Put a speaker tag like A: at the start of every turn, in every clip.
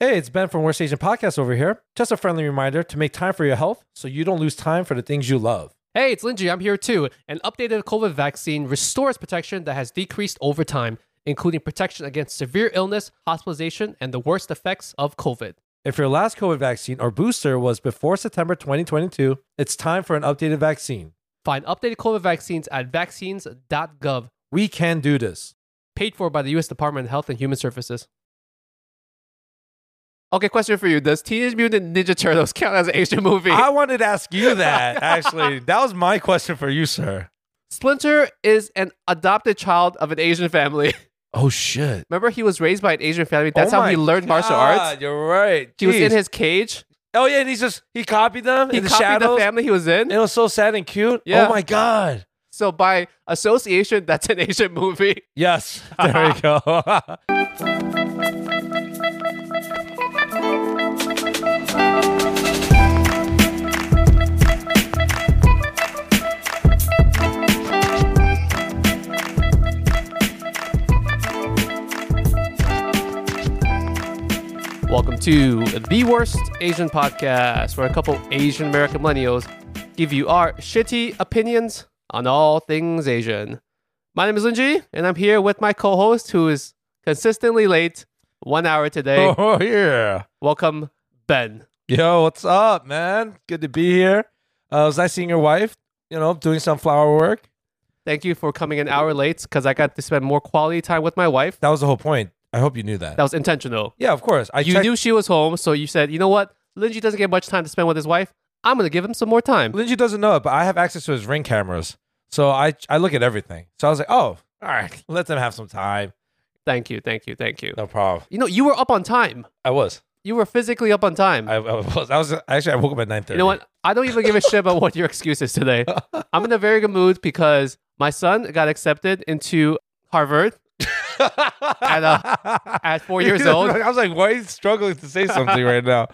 A: Hey, it's Ben from Worst Agent Podcast over here. Just a friendly reminder to make time for your health so you don't lose time for the things you love.
B: Hey, it's Linji. I'm here too. An updated COVID vaccine restores protection that has decreased over time, including protection against severe illness, hospitalization, and the worst effects of COVID.
A: If your last COVID vaccine or booster was before September 2022, it's time for an updated vaccine.
B: Find updated COVID vaccines at vaccines.gov,
A: We can do this.
B: paid for by the U.S. Department of Health and Human Services.
C: Okay, question for you: Does Teenage Mutant Ninja Turtles count as an Asian movie?
A: I wanted to ask you that, actually. That was my question for you, sir.
C: Splinter is an adopted child of an Asian family.
A: Oh, shit.
C: Remember, he was raised by an Asian family. That's
A: Oh
C: how he
A: my
C: learned martial
A: God,
C: arts.
A: You're right.
C: He was
A: Jeez.
C: in his cage.
A: Oh, yeah. And he's just, he copied them
C: He
A: in the
C: copied
A: shadows.
C: the family he was
A: and
C: in.
A: it was so sad and cute.
C: Yeah.
A: Oh, my God.
C: So by association, that's an Asian movie.
A: Yes. There we go.
B: Welcome to the Worst Asian Podcast, where a couple Asian American millennials give you our shitty opinions on all things Asian. My name is Linji, and I'm here with my co-host, who is consistently late, one hour today.
A: Oh, yeah.
B: Welcome, Ben.
A: Yo, what's up, man? Good to be here. Uh, it was nice seeing your wife, you know, doing some flower work.
B: Thank you for coming an hour late because I got to spend more quality time with my wife.
A: That was the whole point. I hope you knew that.
B: That was intentional.
A: yeah, of course. I
B: You
A: checked-
B: knew she was home, so you said, you know what? Linji doesn't get much time to spend with his wife. I'm going to give him some more time.
A: Linji doesn't know it, but I have access to his ring cameras. So I I look at everything. So I was like, oh, all right, let them have some time.
B: Thank you, thank you, thank you.
A: No problem.
B: You know, you were up on time.
A: I was.
B: You were physically up on time.
A: I, I was. I was actually I woke up at nine thirty.
B: You know what? I don't even give a shit about what your excuse is today. I'm in a very good mood because my son got accepted into Harvard at, uh, at four years old.
A: I was like, why are you struggling to say something right now?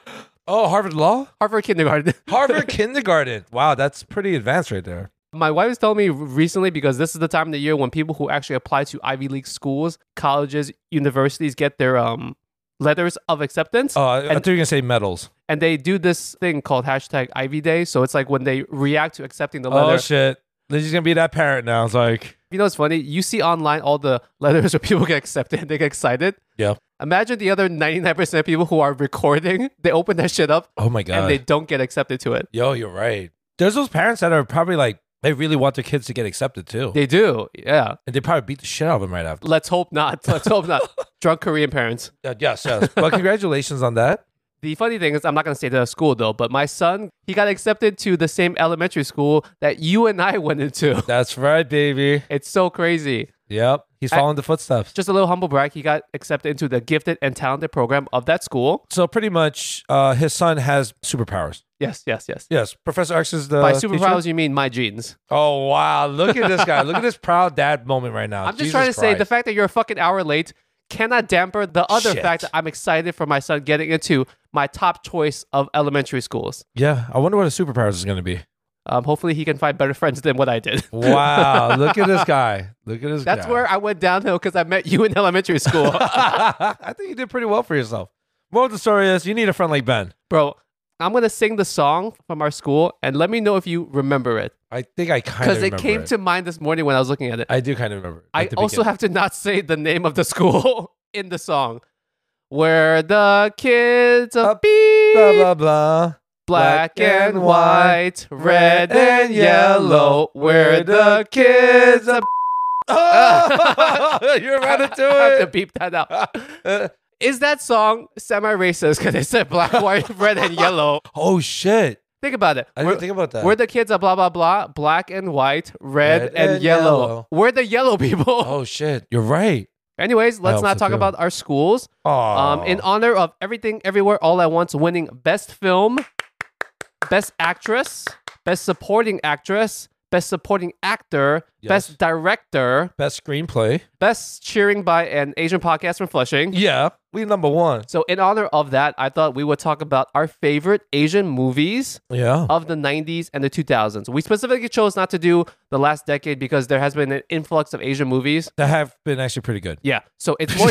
A: Oh, Harvard Law?
B: Harvard kindergarten.
A: Harvard kindergarten. Wow, that's pretty advanced right there.
B: My wife was telling me recently because this is the time of the year when people who actually apply to Ivy League schools, colleges, universities get their um, letters of acceptance,
A: Oh, I, I
B: And-
A: thought you were gonna say medals.
B: and they do this thing called hashtag Ivy Day. So it's like when they react to accepting the
A: Oh
B: letter.
A: shit, Lindsay's gonna be that parent now. It's like,
B: You know what's funny? You see online all the letters where people get accepted and they get excited.
A: Yeah.
B: Imagine the other 99% of people who are recording, they open that shit up
A: oh my god,
B: and they don't get accepted to it.
A: yo, you're right. There's those parents that are probably like, they really want their kids to get accepted too,
B: They do. Yeah.
A: and they probably beat the shit out of them right after.
B: Let's hope not. Let's hope not. Drunk Korean parents.
A: Uh, yes, yes. but congratulations on that.
B: The funny thing is, I'm not going to say the school though, but my son, he got accepted to the same elementary school that you and I went into.
A: That's right, baby.
B: It's so crazy.
A: Yep, he's following the footsteps.
B: Just a little humble brag, he got accepted into the gifted and talented program of that school.
A: So pretty much, uh, his son has superpowers.
B: Yes, yes, yes.
A: Yes, Professor X is the
B: By
A: Uh, teacher?
B: superpowers, you mean my genes.
A: Oh wow, look at this guy. look at this proud dad moment right now.
B: I'm just
A: Jesus
B: trying to say the
A: Christ.
B: fact that you're a fucking hour late cannot damper the other
A: Shit.
B: fact that I'm excited for my son getting into my top choice of elementary schools.
A: yeah, I wonder what his superpowers is gonna be.
B: Um, hopefully, he can find better friends than what I did.
A: Wow, look at this guy. Look at this guy.
B: That's where I went downhill because I met you in elementary school,
A: I think you did pretty well for yourself. Moral of the story is you need a friend like Ben.
B: bro. I'm gonna sing the song from our school, and let me know if you remember it
A: I think I kind of
B: because
A: remember
B: it came
A: it.
B: to mind this morning when I was looking at it.
A: I do kind of remember. it,
B: I
A: at the
B: also
A: beginning.
B: have to not say the name of the school in the song. Where the kids
A: Uh,
B: of beep,
A: blah blah blah.
B: Black and white,
A: red
B: red and
A: and
B: yellow,
A: yellow,
B: we're the kids of.
A: Oh, you're
B: I
A: about to
B: have to
A: do
B: beep that out.
A: it.
B: Is that song semi-racist? Because it said black, white, red, and yellow.
A: oh shit!
B: Think about it.
A: I didn't
B: We're,
A: think about that.
B: we're the kids of blah blah blah, black and white, red,
A: Red
B: and,
A: and
B: yellow.
A: yellow.
B: We're the yellow people.
A: oh shit! You're right.
B: Anyways, let's
A: Helps
B: not
A: it
B: talk
A: too.
B: about our schools.
A: Oh,
B: Um, in honor of everything, everywhere, all at once, winning best film, best actress, best supporting actress, best supporting actor,
A: Yes.
B: best director,
A: best screenplay.
B: best cheering by an Asian podcast from Flushing.
A: Yeah, We number one.
B: So, in honor of that, I thought we would talk about our favorite Asian movies
A: Yeah.
B: of the 90s and the 2000s. We specifically chose not to do the last decade because there has been an influx of Asian movies.
A: That have been actually pretty good.
B: Yeah, so it's more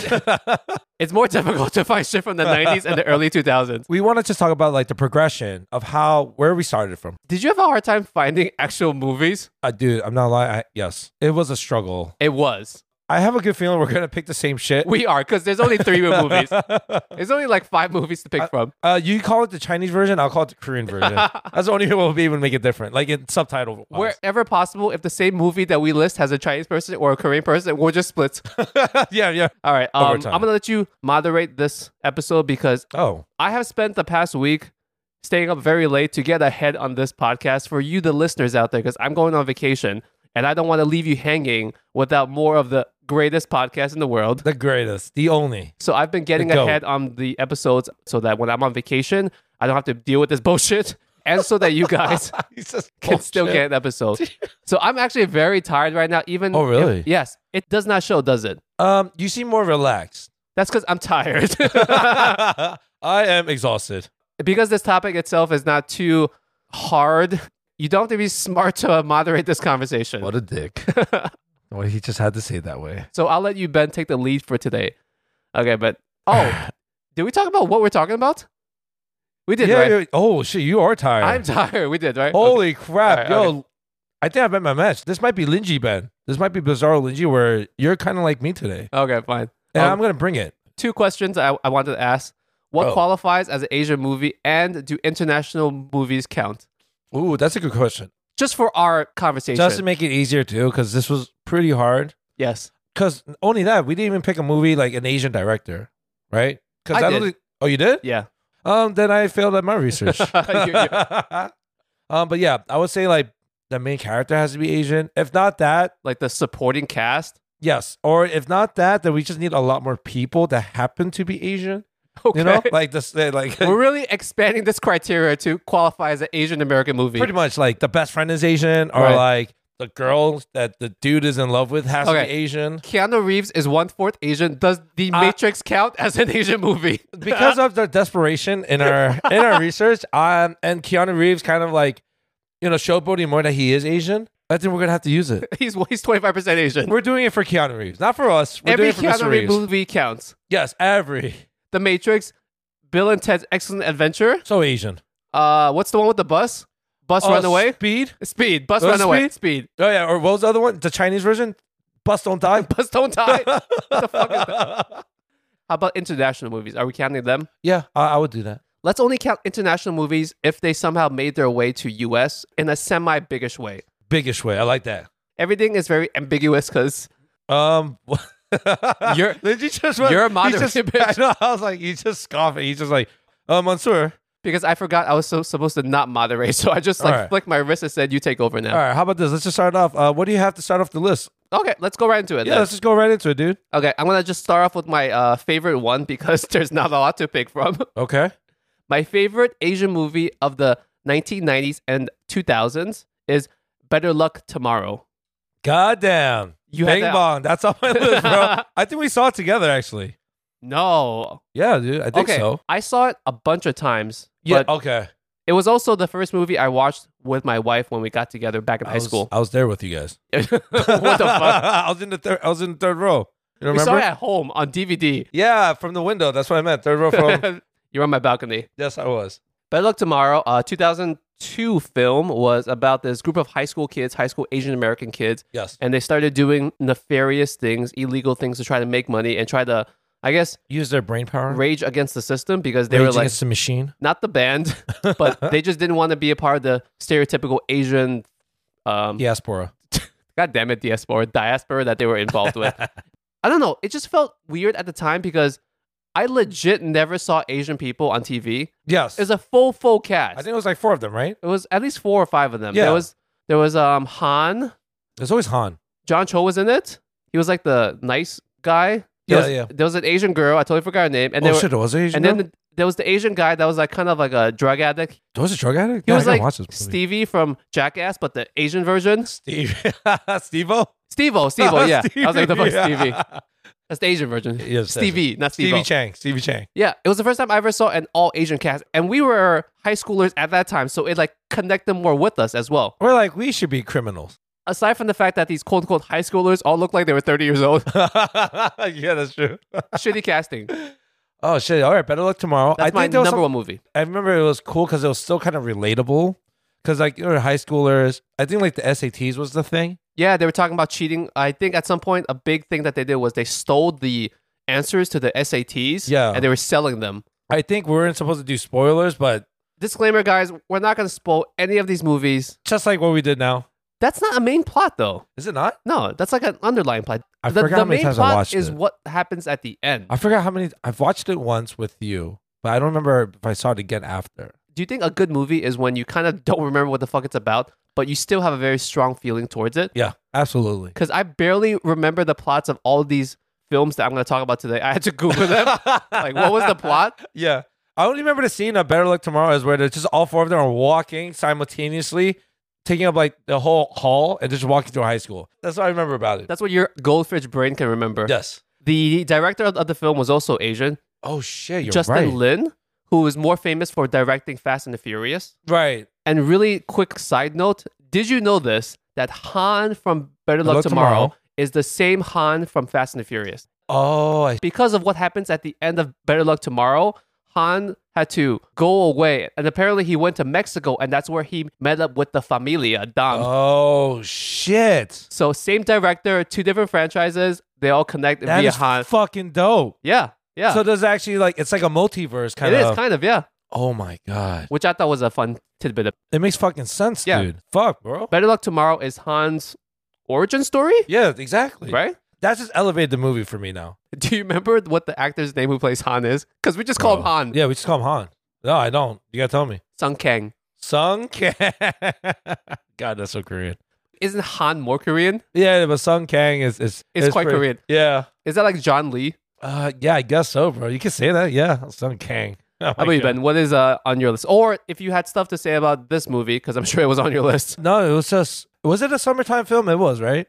B: it's more difficult to find shit from the 90s and the early 2000s.
A: we want to just talk about like the progression of how where we started from.
B: Did you have a hard time finding actual movies?
A: I dude, I'm not lying. I, yes, it was a struggle.
B: It was.
A: I have a good feeling we're gonna pick the same shit.
B: We are because there's only three movies. There's only like five movies to pick from.
A: Uh, you call it the Chinese version. I'll call it the Korean version. That's the only way we'll be able to make it different. Like in subtitle.
B: Wherever possible, if the same movie that we list has a Chinese person or a Korean person, we'll just split.
A: yeah, yeah.
B: All right,
A: Over
B: um, I'm
A: time.
B: gonna let you moderate this episode because
A: Oh,
B: I have spent the past week staying up very late to get ahead on this podcast for you, the listeners out there, because I'm going on vacation and I don't want to leave you hanging without more of the greatest podcast in the world.
A: the greatest, the only.
B: So I've been getting
A: The goat.
B: ahead on the episodes so that when I'm on vacation, I don't have to deal with this bullshit. And so that you guys
A: He's just
B: can still
A: bullshit.
B: get an episode. So I'm actually very tired right now. Even
A: Oh, really?
B: if- yes, it does not show, does it?
A: Um, you seem more relaxed.
B: That's because I'm tired.
A: I am exhausted.
B: because this topic itself is not too hard. You don't have to be smart to moderate this conversation.
A: a dick. well, he just had to say it that way.
B: So I'll let you Ben take the lead for today. Okay, but oh, did we talk about what we're talking about? We did,
A: Yeah,
B: right?
A: yeah. Oh shit, you are tired.
B: I'm tired. We did, right? Okay.
A: Holy crap,
B: All right,
A: yo! I think I bet my match. This might be Linji Ben. This might be Bizarro Linji, where you're kind of like me today,
B: Okay, fine.
A: and
B: Um,
A: I'm gonna bring it.
B: two questions I, I wanted to ask. What
A: Oh.
B: qualifies as an Asian movie and do international movies count?
A: Ooh, that's a good question.
B: Just for our conversation.
A: Just to make it easier too, because this was pretty hard.
B: yes.
A: Because only that we didn't even pick a movie like an Asian director, right? Because
B: I
A: don't
B: did.
A: think- Oh, you did?
B: Yeah.
A: Um, then I failed at my research.
B: You-
A: um, but yeah, I would say like the main character has to be Asian. If not that,
B: Like the supporting cast.
A: yes. Or if not that, then we just need a lot more people that happen to be Asian.
B: Okay.
A: You know, like this, uh, like
B: We're really expanding this criteria to qualify as an Asian American movie.
A: pretty much like the best friend is Asian, or
B: Right.
A: like the girl that the dude is in love with has to
B: Okay.
A: be Asian.
B: Keanu Reeves is one fourth Asian. Does The
A: Uh,
B: Matrix count as an Asian movie?
A: Because of the desperation in our in our research, um, and Keanu Reeves kind of like, you know, showboating more that he is Asian. I think we're gonna have to use it.
B: he's he's twenty five percent Asian.
A: We're doing it for Keanu Reeves, not for us. We're
B: Every
A: doing it for
B: Keanu
A: Mr.
B: Reeves
A: Reeves.
B: movie counts.
A: Yes, every
B: The Matrix, Bill and Ted's Excellent Adventure.
A: so Asian.
B: Uh, what's the one with the bus? Bus
A: Oh,
B: Runaway.
A: Speed.
B: Speed. Bus
A: Oh,
B: Runaway. Speed.
A: Oh yeah, or what was the other one? The Chinese version. Bus don't die.
B: Bus Don't Die. How
A: the
B: fuck is about international movies? Are we counting them?
A: Yeah, I, I would do that.
B: Let's only count international movies if they somehow made their way to U.S. in a semi biggish way.
A: Biggish way. I like that.
B: Everything is very ambiguous because
A: Um,
B: You're-
A: Did you just
B: you're a
A: he
B: moderate
A: just-
B: bitch.
A: I know. I was like, you just scoffing. He's just like, uh, Mansoor.
B: because I forgot I was so, supposed to not moderate, so I just like
A: All right.
B: flicked my wrist and said, "You take over
A: All
B: now."
A: right, how about this? Let's just start off. Uh, what do you have to start off the list?
B: Okay, let's go right into it.
A: Yeah,
B: then.
A: let's just go right into it, dude.
B: Okay, I'm gonna just start off with my uh, favorite one because there's not a lot to pick from.
A: Okay.
B: my favorite Asian movie of the 1990s and 2000s is Better Luck Tomorrow.
A: Goddamn.
B: You had
A: Bang
B: that-
A: bong. That's on my list, bro. I think we saw it together, actually.
B: No,
A: Yeah, dude. I think
B: okay,
A: so.
B: I saw it a bunch of times.
A: Yeah. oh.
B: but
A: okay.
B: it was also the first movie I watched with my wife when we got together back in
A: I
B: high
A: was-
B: school.
A: I was there with you guys.
B: what the fuck?
A: I was in the third. I was in the third row. You
B: We
A: remember?
B: saw it at home on DVD.
A: Yeah, from the window. That's what I meant. Third row from.
B: You're on my balcony.
A: yes, I was.
B: Better Luck Tomorrow, uh, a 2002 film, was about this group of high school kids, high school Asian American kids,
A: Yes.
B: and they started doing nefarious things, illegal things to try to make money and try to, I guess,
A: Use their brain power.
B: rage against the system because they
A: Rage
B: were like,
A: against the machine.
B: not the band, but they just didn't want to be a part of the stereotypical Asian, um,
A: Diaspora.
B: God damn it, diaspora, diaspora that they were involved with. I don't know. It just felt weird at the time because I legit never saw Asian people on TV.
A: Yes.
B: It's a full, full cast.
A: I think it was like four of them, right?
B: It was at least four or five of them.
A: Yeah.
B: There was there was um Han.
A: There's always Han.
B: John Cho was in it. He was like the nice guy.
A: Yeah,
B: There was,
A: yeah.
B: There was an Asian girl. I totally forgot her name. And
A: oh
B: there were-
A: shit, it was Asian.
B: and then the, there was the Asian guy that was like kind of like a drug addict. He
A: was a drug addict.
B: was
A: I gotta
B: like
A: watch this movie.
B: Stevie from Jackass, but the Asian version.
A: Steve. Steve-O?
B: Steve-O, Steve-O, yeah. I was like the fuck
A: Oh, Yeah.
B: Stevie. That's the Asian version.
A: Yes, that's
B: Stevie, not Stevie.
A: Stevie Chang. Stevie Chang.
B: Yeah, it was the first time I ever saw an all Asian cast, and we were high schoolers at that time, so it like connected more with us as well.
A: We're like, we should be criminals.
B: Aside from the fact that these quote unquote high schoolers all look like they were thirty years old,
A: yeah, that's true.
B: shitty casting.
A: Oh shit! All right, better luck tomorrow.
B: That's
A: I
B: my
A: think there
B: number
A: was some-
B: one movie.
A: I remember it was cool because it was still kind of relatable. Because like you know, high schoolers, I think like the SATs was the thing.
B: Yeah, they were talking about cheating. I think at some point a big thing that they did was they stole the answers to the SATs.
A: Yeah.
B: and they were selling them.
A: I think we weren't supposed to do spoilers, but
B: Disclaimer, guys, we're not gonna spoil any of these movies.
A: just like what we did now,
B: That's not a main plot though.
A: is it not?
B: No, that's like an underlying plot.
A: I
B: the,
A: forgot
B: the
A: how many
B: main
A: times I
B: plot
A: watched
B: is
A: it.
B: what happens at the end.
A: I forgot how many. I've watched it once with you, but I don't remember if I saw it again after.
B: do you think a good movie is when you kind of don't remember what the fuck it's about, but you still have a very strong feeling towards it?
A: Yeah, absolutely.
B: Because I barely remember the plots of all these films that I'm going to talk about today. I had to Google them. like, what was the plot?
A: Yeah. I only remember the scene of Better Luck Tomorrow is where they're just all four of them are walking simultaneously, taking up like the whole hall and just walking through high school. That's what I remember about it.
B: That's what your goldfish brain can remember.
A: yes.
B: The director of, of the film was also Asian,
A: Oh shit, you're
B: Justin
A: right.
B: Lin, who is more famous for directing Fast and the Furious.
A: right.
B: And really quick side note, did you know this? That Han from Better Luck,
A: Luck
B: Tomorrow,
A: Tomorrow.
B: is the same Han from Fast and the Furious.
A: Oh, I
B: because of what happens at the end of Better Luck Tomorrow, Han had to go away. And apparently he went to Mexico and that's where he met up with the familia, Dom.
A: Oh shit.
B: So same director, two different franchises, they all connect
A: That
B: via
A: is
B: Han.
A: fucking dope.
B: yeah. Yeah.
A: So there's actually like it's like a multiverse
B: it
A: kind
B: is
A: of.
B: kind of, yeah.
A: oh my god,
B: Which I thought was a fun tidbit. Of.
A: it makes fucking sense,
B: Yeah.
A: dude. Fuck, bro.
B: Better Luck Tomorrow is Han's origin story,
A: Yeah, exactly.
B: right?
A: That's just elevated the movie for me now.
B: Do you remember what the actor's name who plays Han is? Because we just call him
A: Bro.
B: Han.
A: Oh. Yeah, we just call him Han. No, I don't. You gotta tell me.
B: Sung Kang.
A: Sung Kang. God, that's so Korean.
B: Isn't Han more Korean?
A: Yeah, but Sung Kang is is
B: It's quite
A: pretty-
B: Korean.
A: Yeah.
B: Is that like John Lee?
A: Uh, yeah, I guess so, bro. You can say that. Yeah, Sung Kang. Oh
B: How
A: my
B: about you,
A: God.
B: Ben? What is uh, on your list? Or if you had stuff to say about this movie, because I'm sure it was on your list.
A: No, it was just. Was it a summertime film? It was right.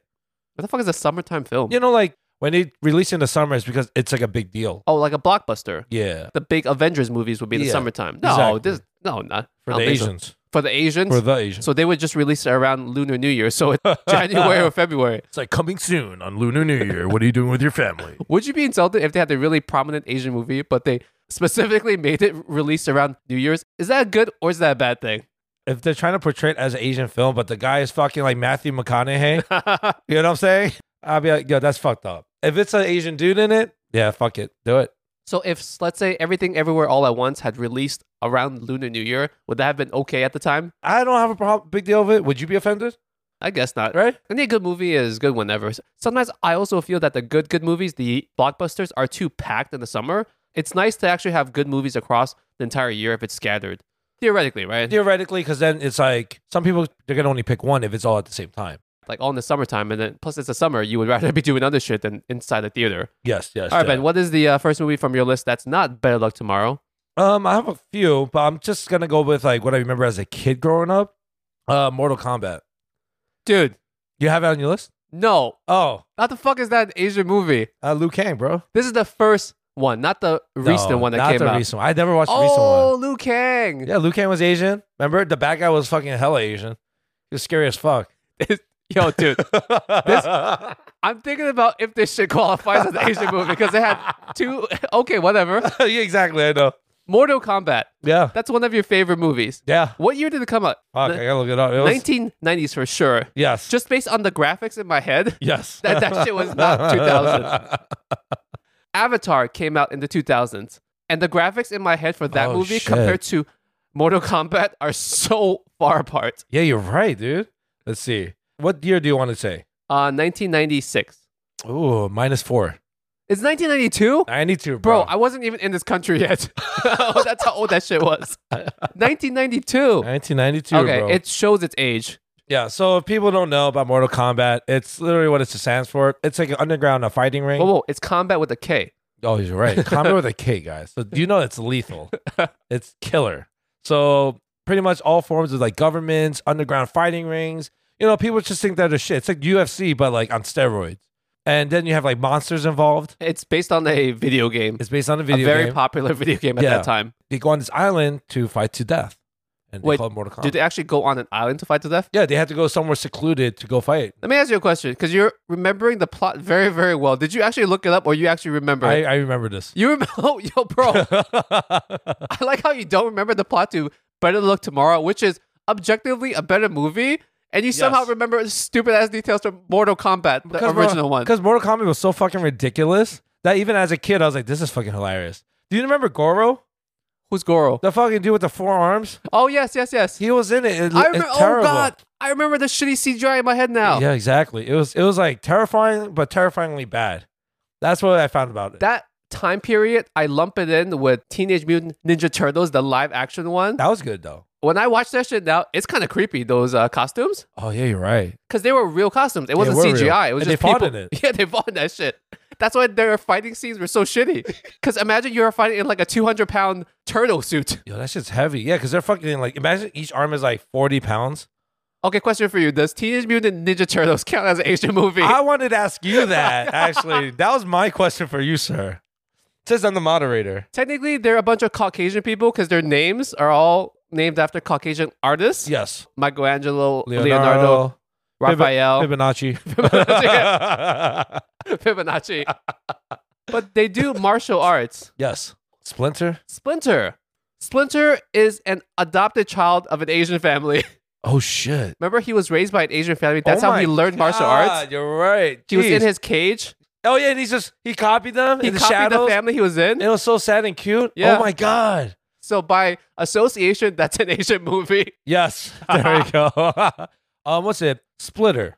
B: What the fuck is a summertime film?
A: You know, like when they release in the summer, it's because it's like a big deal.
B: Oh, like a blockbuster.
A: Yeah,
B: The big Avengers movies would be in the
A: Yeah,
B: summertime. No,
A: exactly.
B: this no, not
A: for
B: I don't
A: the
B: think so.
A: Asians.
B: For the Asians.
A: For the Asians.
B: so they would just release it around Lunar New Year. So it's January or February.
A: it's like coming soon on Lunar New Year. What are you doing with your family?
B: Would you be insulted if they had a really prominent Asian movie, but they specifically made it released around New Year's? Is that good or is that a bad thing?
A: If they're trying to portray it as an Asian film, but the guy is fucking like Matthew McConaughey, you know what I'm saying? I'll be like, yo, that's fucked up. If it's an Asian dude in it, yeah, fuck it, do it.
B: So if let's say everything everywhere all at once had released around Lunar New Year, would that have been okay at the time?
A: I don't have a problem, big deal with it. Would you be offended?
B: I guess not.
A: Right?
B: Any good movie is good whenever. Sometimes I also feel that the good good movies, the blockbusters, are too packed in the summer. It's nice to actually have good movies across the entire year if it's scattered. Theoretically, right?
A: Theoretically, because then it's like some people they're gonna only pick one if it's all at the same time.
B: Like all in the summertime, and then plus it's the summer. You would rather be doing other shit than inside the theater.
A: Yes, yes.
B: All right,
A: yeah.
B: Ben. What is the uh, first movie from your list that's not Better Luck Tomorrow?
A: Um, I have a few, but I'm just gonna go with like what I remember as a kid growing up. Uh, Mortal Kombat.
B: Dude,
A: You have it on your list?
B: no.
A: Oh,
B: What the fuck is that Asian movie?
A: uh, Liu Kang, bro.
B: This is the first one, not the recent
A: No,
B: one that
A: not
B: came
A: the
B: out.
A: Recent one. I never watched the recent
B: oh,
A: one.
B: Liu Kang.
A: Yeah, Liu Kang was Asian. Remember, the bad guy was fucking hella Asian. He was scary as fuck.
B: Yo, dude,
A: This-
B: I'm thinking about if this shit qualifies as an Asian movie because they had two. Okay, whatever.
A: yeah, exactly. I know.
B: Mortal Kombat.
A: Yeah,
B: That's one of your favorite movies.
A: yeah.
B: What year did it come out?
A: Fuck, I gotta look it up. It was-
B: 1990s for sure.
A: yes,
B: Just based on the graphics in my head,
A: yes.
B: that, that shit was not 2000. Avatar came out in the 2000s. And the graphics in my head for that
A: Oh,
B: movie
A: shit.
B: compared to Mortal Kombat are so far apart.
A: Yeah, you're right, dude. Let's see. What year do you want to say?
B: Uh, 1996.
A: Ooh, minus four.
B: It's 1992?
A: 92,
B: Bro,
A: bro.
B: I wasn't even in this country yet. Oh, That's how old that shit was. 1992.
A: 1992,
B: Okay,
A: bro.
B: it shows its age.
A: yeah, so if people don't know about Mortal Kombat, it's literally what it stands for. It's like an underground uh, fighting ring.
B: Whoa, whoa, it's combat with a K.
A: Oh, you're right. Combat with a K, guys. So you know it's lethal. It's killer. So pretty much all forms of like governments, underground fighting rings. You know, people just think that are shit. It's like UFC, but like on steroids. And then you have like monsters involved.
B: It's based on a video game,
A: It's based on a
B: a
A: video
B: very
A: game.
B: popular video game at
A: Yeah.
B: that time.
A: they go on this island to fight to death, and they
B: Wait,
A: call it Mortal Kombat.
B: Did they actually go on an island to fight to death?
A: yeah, they had to go somewhere secluded to go fight.
B: Let me ask you a question because you're remembering the plot very, very well. Did you actually look it up or you actually remember?
A: I,
B: it?
A: I remember this.
B: You remember, oh, yo, bro. I like how you don't remember the plot to Better Luck Tomorrow, which is objectively a better movie, and you somehow
A: Yes.
B: remember stupid ass details from Mortal Kombat, the original one.
A: Because Mortal Kombat was so fucking ridiculous that even as a kid, I was like, this is fucking hilarious. Do you remember Goro?
B: Who's Goro?
A: The fucking dude with the four arms?
B: Oh yes, yes, yes.
A: He was in it. It-
B: I
A: it's
B: remember. Oh
A: terrible.
B: god, I remember the shitty CGI in my head now.
A: Yeah, exactly. It was it was like terrifying, but terrifyingly bad. That's what I found about it. That,
B: That time period, I lump it in with Teenage Mutant Ninja Turtles, the live action one.
A: was good though.
B: When I watch that shit now, it's kind of creepy. Those uh, costumes.
A: Oh yeah, you're right.
B: because they were real costumes. It wasn't
A: were real.
B: CGI. It was
A: And they
B: just
A: fought
B: people.
A: in it.
B: Yeah, they fought in that shit. That's why their fighting scenes were so shitty. Because imagine you're fighting in like a 200 pound turtle suit.
A: Yo, that shit's heavy. Yeah, because they're fucking like imagine each arm is like 40 pounds.
B: Okay, question for you: Does Teenage Mutant Ninja Turtles count as an Asian movie?
A: I wanted to ask you that, actually. that was my question for you, sir. Since I'm the moderator.
B: Technically, they're a bunch of Caucasian people because their names are all named after Caucasian artists:
A: Yes.
B: Michelangelo, Leonardo,
A: Leonardo,
B: Raphael,
A: Fibonacci.
B: Fibonacci. but they do martial arts.
A: yes. Splinter.
B: Splinter. Splinter is an adopted child of an Asian family.
A: Oh shit.
B: Remember, he was raised by an Asian family. That's
A: Oh
B: how he
A: my
B: learned martial
A: God,
B: arts.
A: You're right.
B: He was in
A: Jeez.
B: his cage.
A: Oh yeah, and he's just he copied them
B: He
A: in the
B: copied
A: shadows.
B: the family he was in.
A: it was so sad and cute.
B: Yeah.
A: Oh my god.
B: So by association, that's an Asian movie.
A: Yes. There you go. um, what's it? Splitter.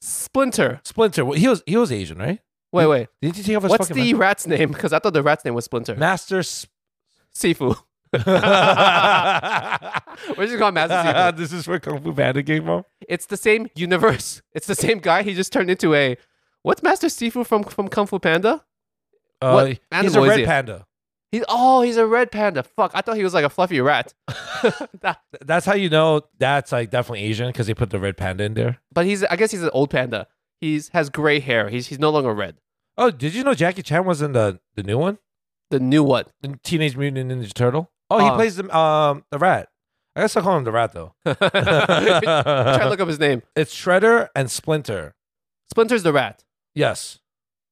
B: Splinter.
A: Splinter. Well, He was he was Asian, right?
B: Wait, wait.
A: Did he take off his
B: What's
A: fucking
B: the rat's name? Because I thought the rat's name was Splinter.
A: ma- Master? Sp-
B: Sifu. We're just calling Master Sifu.
A: this is where Kung Fu Panda came from.
B: It's the same universe. It's the same guy. He just turned into a. What's Master Sifu from from Kung Fu Panda? What
A: Uh, he's a
B: animal is
A: red
B: he?
A: panda.
B: He's oh, he's a red panda. Fuck, I thought he was like a fluffy rat. That-
A: Th- That's how you know that's like definitely Asian because they put the red panda in there.
B: but he's I guess he's an old panda. He's has gray hair. He's he's no longer red.
A: Oh, did you know Jackie Chan was in the the new one,
B: The new one.
A: the Teenage Mutant Ninja Turtle? Oh, he
B: Uh.
A: plays the um the rat. I guess I'll call him the rat though.
B: Try to look up his name.
A: it's Shredder and Splinter.
B: Splinter's the rat.
A: Yes,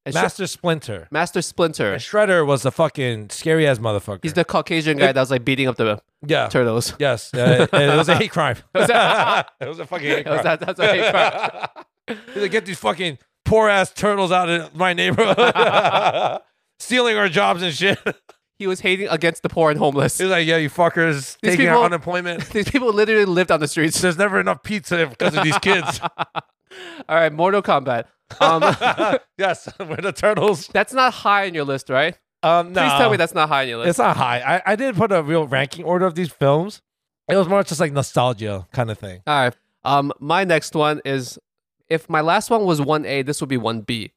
B: And Sh-
A: Master Splinter.
B: Master Splinter.
A: And Shredder was the fucking scary ass motherfucker.
B: He's the Caucasian guy that was like beating up the
A: yeah.
B: turtles.
A: Yes, uh, it, it was a hate crime. it
B: was a-
A: was a fucking hate
B: That was-
A: crime.
B: that- that's what he found.
A: He's like, get these fucking poor ass turtles out of my neighborhood, stealing our jobs and shit.
B: He was hating against the poor and homeless.
A: He's like, yeah, you fuckers, taking
B: people-
A: our unemployment.
B: These people literally lived on the streets.
A: There's never enough pizza because of these kids.
B: All right, Mortal Kombat. Um,
A: yes, we're the turtles.
B: that's not high on your list, right?
A: Um,
B: Please
A: no.
B: tell me that's not high on your list.
A: It's not high. I, I didn't put a real ranking order of these films. It was more just like nostalgia kind of thing.
B: All right. Um, my next one is if my last one was one A, this would be one B.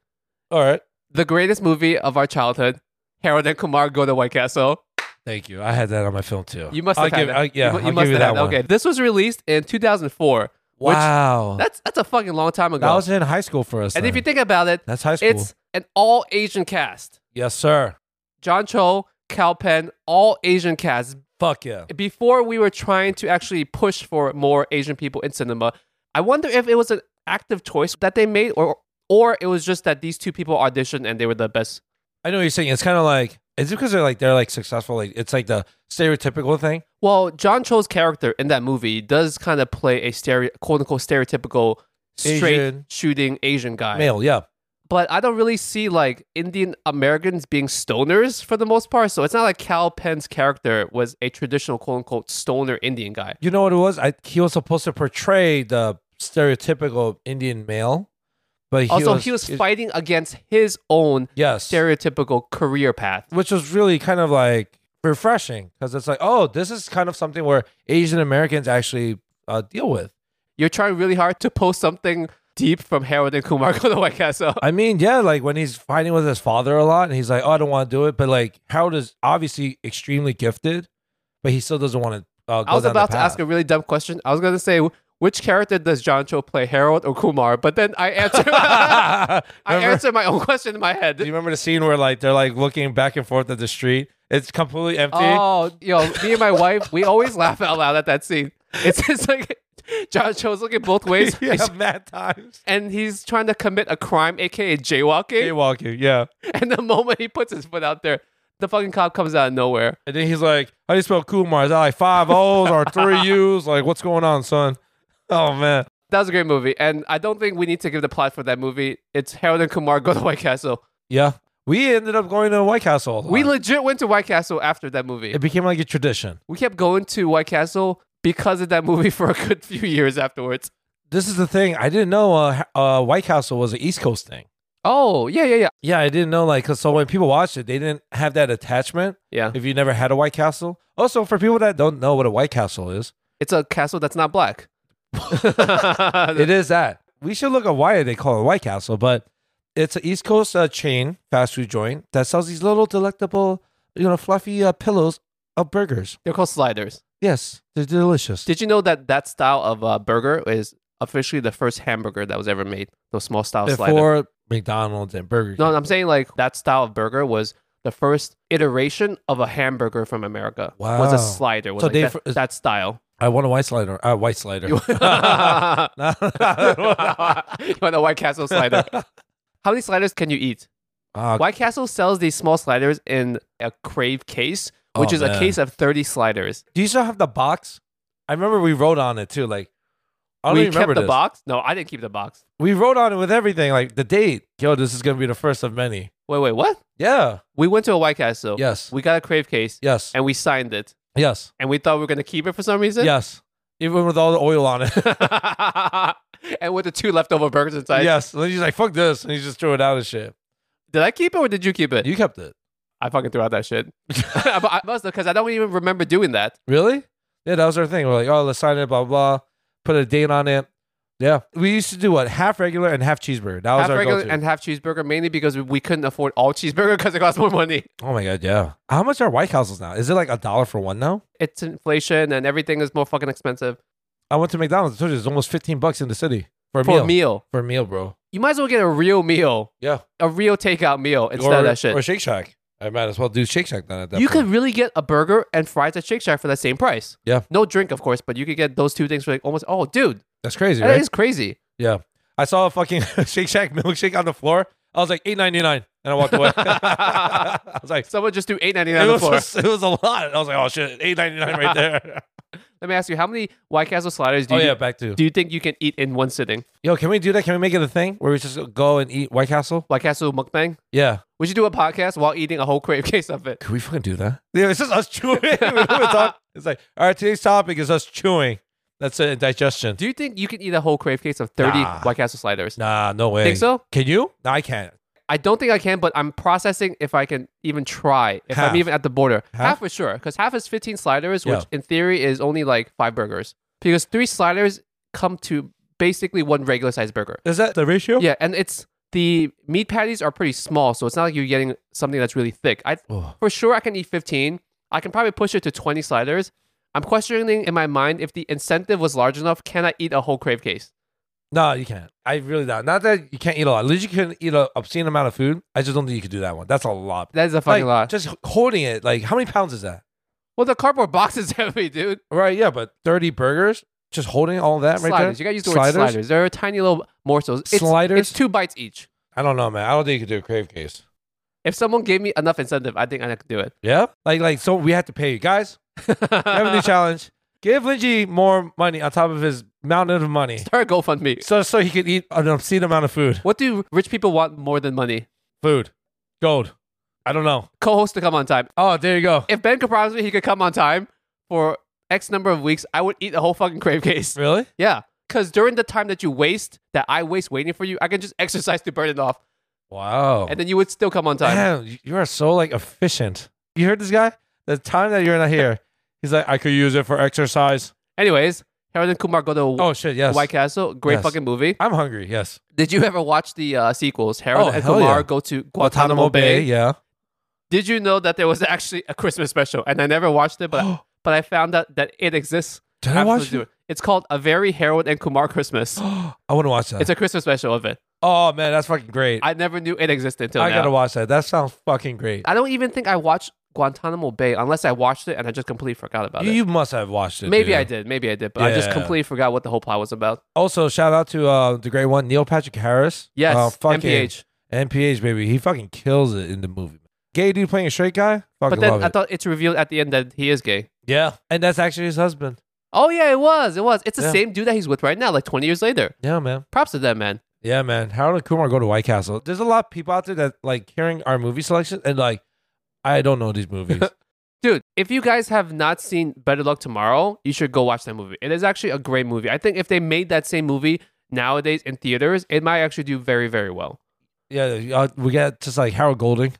A: All right.
B: The greatest movie of our childhood, Harold and Kumar Go to White Castle.
A: Thank you. I had that on my film too.
B: You must
A: I'll
B: have had
A: give,
B: that.
A: I, yeah,
B: you,
A: I'll
B: mu- you
A: give
B: must
A: you
B: have
A: that
B: had that.
A: one.
B: Okay, this was released in 2004. which-
A: Wow.
B: That's that's a fucking long time ago.
A: that was in high school for us.
B: and if
A: then.
B: you think about it,
A: that's high school.
B: it's an all Asian cast.
A: yes, sir.
B: John Cho, Cal Penn, all Asian cast.
A: Fuck yeah.
B: Before we were trying to actually push for more Asian people in cinema, I wonder if it was an active choice that they made, or or it was just that these two people auditioned and they were the best.
A: I know what you're saying. It's kind of like it's because they're like they're like successful. Like it's like the stereotypical thing.
B: Well, John Cho's character in that movie does kind of play a stereo, quote unquote stereotypical straight
A: Asian.
B: shooting Asian guy.
A: Male, yeah.
B: but I don't really see like Indian Americans being stoners for the most part. So it's not like Cal Penn's character was a traditional quote unquote stoner Indian guy.
A: You know what it was? I he was supposed to portray the stereotypical Indian male, but he
B: also,
A: was,
B: he was fighting against his own
A: yes,
B: stereotypical career path.
A: which was really kind of like refreshing because it's like, oh, this is kind of something where Asian Americans actually uh, deal with.
B: You're trying really hard to post something deep from Harold and Kumar Go to White Castle.
A: I mean, yeah, like when he's fighting with his father a lot, and he's like, oh, I don't want to do it, but like Harold is obviously extremely gifted, but he still doesn't want to. Uh, go
B: I was
A: down the
B: about to
A: path.
B: ask a really dumb question. I was going to say, which character does John Cho play, Harold or Kumar? But then I answer, I
A: remember,
B: answer my own question in my
A: do you
B: head.
A: remember the scene where like they're like looking back and forth at the street? It's completely empty.
B: Oh, yo, me and my wife, we always laugh out loud at that scene. It's just like John Cho's looking both ways,
A: yeah, mad times.
B: and he's trying to commit a crime, aka jaywalking.
A: Jaywalking, yeah.
B: And the moment he puts his foot out there, the fucking cop comes out of nowhere.
A: And then he's like, "How do you spell Kumar? Is that like five O's or three U's? Like, what's going on, son?" Oh man,
B: That was a great movie, and I don't think we need to give the plot for that movie. It's Harold and Kumar go to White Castle.
A: yeah. We ended up going to White Castle. a lot.
B: We legit went to White Castle after that movie.
A: it became like a tradition.
B: We kept going to White Castle because of that movie for a good few years afterwards.
A: This is the thing. I didn't know uh, uh, White Castle was an East Coast thing.
B: Oh, yeah, yeah, yeah.
A: Yeah, I didn't know like 'cause so when people watched it, they didn't have that attachment.
B: Yeah.
A: If you never had a White Castle, also for people that don't know what a White Castle is,
B: It's a castle that's not black.
A: it is that we should look at why they call it White Castle, but it's an East Coast uh, chain fast food joint that sells these little delectable, you know, fluffy uh, pillows of burgers.
B: They're called sliders.
A: Yes, they're delicious.
B: Did you know that that style of uh, burger is officially the first hamburger that was ever made? Those small style sliders.
A: Before McDonald's and Burger King.
B: No, I'm saying like that style of burger was the first iteration of a hamburger from America. Was
A: Wow.
B: a slider. Was
A: So
B: like
A: they
B: that,
A: fir- is-
B: that style.
A: I want a white slider. Uh, white slider.
B: you want
A: Ah,
B: a White Castle slider? How many sliders can you eat?
A: Uh,
B: White Castle sells these small sliders in a crave case, which
A: Oh,
B: is a
A: man.
B: case of 30 sliders.
A: do you still have the box? I remember we wrote on it too. Like, I don't
B: we
A: even remember
B: kept the
A: this.
B: box. No, I didn't keep the box.
A: We wrote on it with everything, like the date. Yo, this is gonna be the first of many.
B: Wait, wait, what?
A: Yeah.
B: We went to a White Castle.
A: Yes.
B: We got a crave case
A: Yes.
B: and we signed it.
A: Yes.
B: And we thought we were going to keep it for some reason.
A: Yes. Even with all the oil on it.
B: and with the two leftover burgers inside.
A: yes. And then he's like, fuck this. And he just threw it out and shit.
B: Did I keep it or did you keep it?
A: You kept it.
B: I fucking threw out that shit. I I must have because I don't even remember doing that.
A: Really? Yeah, that was our thing. We're like, oh, let's sign it, blah, blah, blah. Put a date on it. Yeah. We used to do what? Half regular and half cheeseburger. That was
B: Half
A: our
B: regular
A: go
B: and half cheeseburger mainly because we couldn't afford all cheeseburger because it cost more money.
A: Oh my God. Yeah. How much are White Castles now? Is it like a dollar for one now?
B: It's inflation and everything is more fucking expensive
A: I went to McDonald's. I told you it's almost 15 bucks in the city for a
B: for
A: meal.
B: a meal.
A: For a meal, bro.
B: You might as well get a real meal,
A: Yeah.
B: a real takeout meal instead
A: or,
B: of that shit.
A: Or Shake Shack. I might as well do Shake Shack then at that
B: you
A: point.
B: could really get a burger and fries at Shake Shack for that same price.
A: Yeah.
B: No drink, of course, but you could get those two things for like almost, oh, dude,
A: That's crazy,
B: that
A: right?
B: is crazy.
A: Yeah. I saw a fucking Shake Shack milkshake on the floor. I was like eight ninety nine, and I walked away. I was like,
B: Someone just do eight ninety nine
A: it
B: on the
A: was,
B: floor.
A: it was a lot. I was like, oh shit, eight ninety nine right there.
B: Let me ask you, how many White Castle sliders do
A: oh
B: you
A: yeah, back to
B: do you think you can eat in one sitting?
A: yo. Can we do that? Can we make it a thing where we just go and eat White Castle?
B: White Castle mukbang?
A: Yeah.
B: We should do a podcast while eating a whole crave case of it.
A: Could we fucking do that? Yeah, it's just us chewing. We don't even talk. It's like, all right, today's topic is us chewing. That's it. Digestion.
B: Do you think you can eat a whole crave case of 30
A: Nah.
B: White Castle sliders?
A: Nah, no way.
B: Think so?
A: Can you? No, I can't.
B: I don't think I can, but I'm processing if I can even try, if
A: Half.
B: I'm even at the border. Half,
A: Half?
B: for sure, because half is 15 sliders, which
A: Yeah.
B: in theory is only like five burgers. Because three sliders come to basically one regular sized burger.
A: Is that the ratio?
B: Yeah, and it's the meat patties are pretty small, so it's not like you're getting something that's really thick. I
A: Oh.
B: for sure I can eat 15. I can probably push it to 20 sliders. I'm questioning in my mind if the incentive was large enough. Can I eat a whole crave case?
A: No, you can't. I really not. Not that you can't eat a lot. At least you can eat an obscene amount of food. I just don't think you could do that one. That's a lot.
B: That is a fucking
A: like,
B: lot.
A: Just holding it, like how many pounds is that?
B: well, the cardboard box is heavy, dude.
A: Right, yeah, but thirty burgers, just holding all that right
B: sliders.
A: there.
B: You gotta use the
A: sliders?
B: word sliders. They're tiny little morsels. It's,
A: Sliders?
B: It's two bites each.
A: I don't know, man. I don't think you could do a crave case.
B: If someone gave me enough incentive, I think I could do it.
A: Yeah, like like so we had to pay you guys. We have a new challenge. Give Linji more money on top of his mountain of money,
B: Start a GoFundMe.
A: so so he could eat an obscene amount of food.
B: What do rich people want more than money?
A: Food, gold. I don't know.
B: Co-host to come on time.
A: Oh, there you go.
B: If Ben could promise me he could come on time for X number of weeks, I would eat a whole fucking crave case.
A: Really?
B: Yeah. Because during the time that you waste, that I waste waiting for you, I can just exercise to burn it off.
A: Wow.
B: And then you would still come on time.
A: Damn, you- you are so like efficient. You heard this guy? The time that you're not here, he's like, I could use it for exercise.
B: Anyways, Harold and Kumar go to
A: Oh shit, yes.
B: White Castle. Great
A: Yes.
B: fucking movie.
A: I'm hungry. Yes.
B: Did you ever watch the uh, sequels? Harold
A: Oh,
B: and
A: hell
B: Kumar
A: yeah.
B: go to Guantanamo, Bay.
A: Yeah.
B: Did you know that there was actually a Christmas special? And I never watched it, but but I found out that it exists.
A: Did I
B: Absolutely
A: watch
B: do
A: it?
B: It's called A Very Harold and Kumar Christmas.
A: I want to watch that.
B: it's a Christmas special of it.
A: oh man, that's fucking great. I,
B: I never knew it existed until now.
A: gotta watch that. That sounds fucking great.
B: I don't even think I watched Guantanamo Bay unless I watched it and I just completely forgot about
A: You,
B: it.
A: you must have watched it.
B: Maybe
A: dude.
B: I did. Maybe I did. But I just
A: Yeah.
B: completely forgot what the whole plot was about.
A: Also, shout out to uh, the great one, Neil Patrick Harris.
B: Yes.
A: uh, fucking
B: MPH.
A: MPH baby. He fucking kills it in the movie. Gay dude playing a straight guy. Fucking
B: But then
A: love
B: I
A: it.
B: thought it's revealed at the end that he is gay.
A: yeah, and that's actually his husband.
B: Oh, yeah, it was. It was. It's the
A: Yeah.
B: same dude that he's with right now, like 20 years later.
A: Yeah, man.
B: Props to that man.
A: Yeah, man. Harold and Kumar go to White Castle. There's a lot of people out there that like hearing our movie selection and like, I don't know these movies.
B: Dude, if you guys have not seen Better Luck Tomorrow, you should go watch that movie. It is actually a great movie. I think if they made that same movie nowadays in theaters, it might actually do very, very well.
A: yeah, uh, we got just like Harold Golding,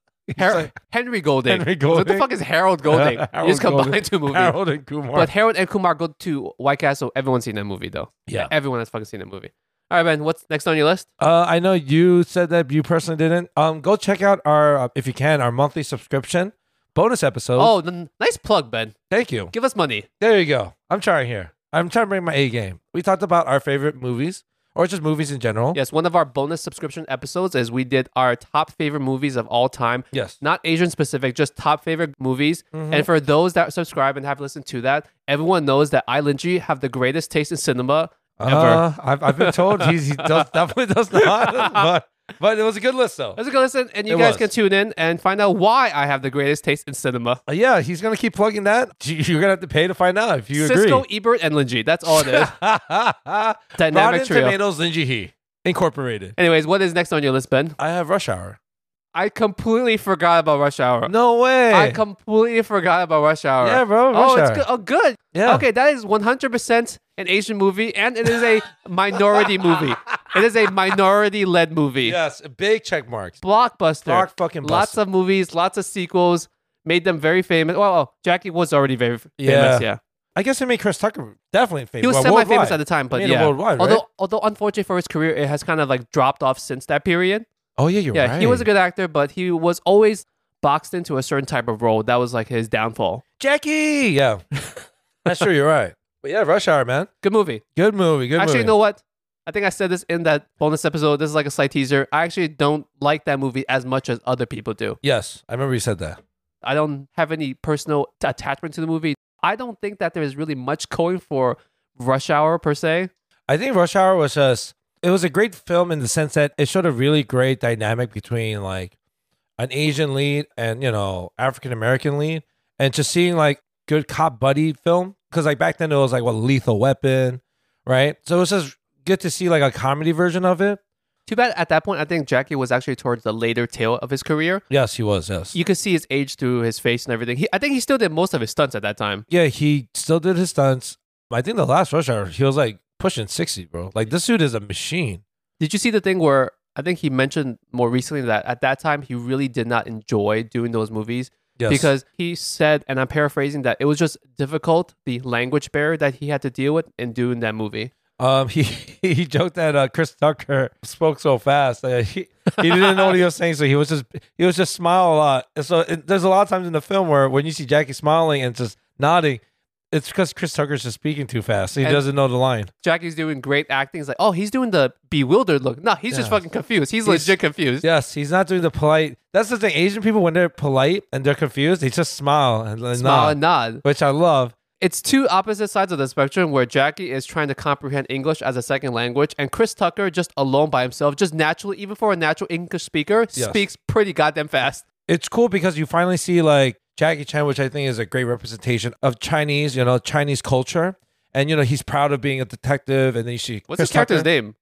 B: Har- Henry Golding.
A: Henry
B: What the
A: Golding.
B: fuck is Harold Golding? you
A: Harold
B: just combine
A: Golding.
B: two movies.
A: Harold and Kumar.
B: But Harold and Kumar go to White Castle. Everyone's seen that movie, though.
A: yeah.
B: Everyone has fucking seen that movie. All right, Ben, what's next on your list?
A: Uh, I know you said that you personally didn't. Um, go check out our uh, if you can our monthly subscription bonus episode.
B: Oh, n- nice plug, Ben.
A: thank you.
B: Give us money.
A: There you go. I'm trying here. I'm trying to bring my A game. We talked about our favorite movies or just movies in general.
B: Yes, one of our bonus subscription episodes is we did our top favorite movies of all time.
A: Yes.
B: Not Asian specific, just top favorite movies.
A: Mm-hmm.
B: And for those that subscribe and have listened to that, everyone knows that Island G have the greatest taste in cinema ever.
A: Uh, I've, I've been told he's, he does, definitely does not. But, but it was a good list though.
B: Let's go listen, and you
A: It
B: guys
A: was.
B: can tune in and find out why I have the greatest taste in cinema.
A: Uh, yeah, he's gonna keep plugging that. You- You're gonna have to pay to find out if you
B: Cisco,
A: agree.
B: Ebert, and Linji. That's all
A: E-
B: it is. Dynamic
A: Rotten
B: trio.
A: Tomatoes, Linji He Incorporated.
B: Anyways, what is next on your list, Ben?
A: I have Rush Hour.
B: I completely forgot about Rush Hour.
A: No way.
B: I completely forgot about Rush Hour.
A: Yeah, bro, Rush
B: oh, it's
A: Hour.
B: good. Oh, good.
A: Yeah.
B: Okay, that is 100% an Asian movie, and it is a minority movie. It is a minority led movie.
A: yes, big check marks.
B: Blockbuster.
A: Block fucking
B: Lots
A: buster.
B: of movies, lots of sequels, made them very famous. Well, oh, Jackie was already very f-
A: Yeah.
B: famous. Yeah.
A: I guess it made Chris Tucker definitely famous.
B: He was
A: well,
B: semi famous
A: worldwide.
B: at the time, but
A: Made it
B: yeah.
A: worldwide, right?
B: although, although, unfortunately for his career, it has kind of like dropped off since that period.
A: Oh yeah, you're
B: Yeah,
A: right.
B: he was a good actor, but he was always boxed into a certain type of role. That was like his downfall.
A: Jackie. Yeah, that's true. You're right. But yeah, Rush Hour, man.
B: Good movie.
A: Good movie. Good
B: actually, you
A: movie.
B: know what? I think I said this in that bonus episode. This is like a slight teaser. I actually don't like that movie as much as other people do.
A: Yes, I remember you said that.
B: I don't have any personal t- attachment to the movie. I don't think that there is really much going for Rush Hour per se.
A: I think Rush Hour was just it was a great film in the sense that it showed a really great dynamic between like an Asian lead and you know African American lead, and just seeing like good cop buddy film because like back then it was like what Lethal Weapon, right? So it was just good to see like a comedy version of it.
B: Too bad at that point, I think Jackie was actually towards the later tail of his career.
A: Yes, he was. Yes,
B: You could see his age through his face and everything. He, I think he still did most of his stunts at that time.
A: yeah, he still did his stunts. I think the last Rush Hour he was like pushing sixty, bro. Like this dude is a machine.
B: Did you see the thing where I think he mentioned more recently that at that time he really did not enjoy doing those movies?
A: Yes,
B: because he said, and I'm paraphrasing that it was just difficult the language barrier that he had to deal with in doing that movie.
A: Um, he he joked that uh, Chris Tucker spoke so fast that he, he didn't know what he was saying, so he was just he was just smile a lot. And so it, there's a lot of times in the film where when you see Jackie smiling and just nodding, it's because Chris Tucker's just speaking too fast. He
B: And-
A: doesn't know the line.
B: Jackie's doing great acting. He's like, oh, he's doing the bewildered look. No, he's just
A: Yeah.
B: fucking confused. He's,
A: He's-
B: legit confused.
A: Yes, he's not doing the polite. That's the thing. Asian people when they're polite and they're confused, they just smile and, and
B: Smile
A: nod,
B: and nod.
A: which I love.
B: It's two opposite sides of the spectrum where Jackie is trying to comprehend English as a second language, and Chris Tucker, just alone by himself, just naturally, even for a natural English speaker,
A: Yes.
B: speaks pretty goddamn fast.
A: It's cool because you finally see like Jackie Chan, which I think is a great representation of Chinese, you know, Chinese culture. And you know he's proud of being a detective, and then you see
B: What's
A: Chris
B: his character's
A: Tucker.
B: name?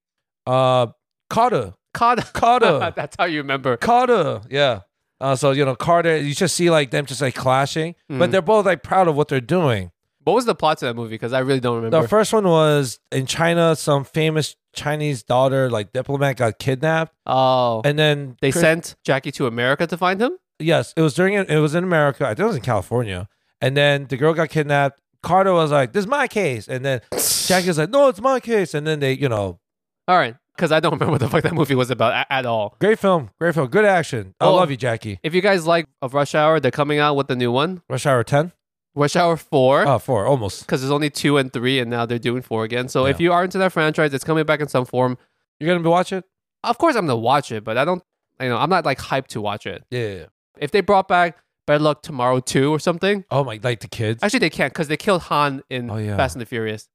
A: uh Carter.
B: Carter.
A: Carter.
B: That's how you remember.
A: Carter. Yeah. Uh, so you know Carter, you just see like them just like clashing, but
B: Hmm.
A: they're both like proud of what they're doing.
B: What was the plot to that movie? Because I really don't remember.
A: The first one was in China, some famous Chinese daughter, like diplomat, got kidnapped,
B: oh.
A: and then
B: They
A: Chris-
B: sent Jackie to America to find him.
A: yes, it was during it was in America, I think it was in California, and then the girl got kidnapped. Carter was like, "This is my case," and then Jackie was like, "No, it's my case," and then they, you know,
B: All right, because I don't remember what the fuck that movie was about a- at all.
A: great film, great film, good action. I
B: Oh.
A: love you, Jackie.
B: If you guys like of Rush Hour, they're coming out with the new one.
A: Rush Hour Ten.
B: Rush Hour 4.
A: Oh, four, almost.
B: because there's only two and three, and now they're doing four again. So if
A: Yeah.
B: you are into that franchise, it's coming back in some form.
A: You're gonna be watching? it?
B: Of course, I'm gonna watch it, but I don't, you know, I'm not like hyped to watch it.
A: Yeah, yeah, yeah.
B: If they brought back Better Luck Tomorrow two or something,
A: Oh my, like the kids.
B: actually they can't because they killed Han in
A: Oh, yeah.
B: Fast and the Furious.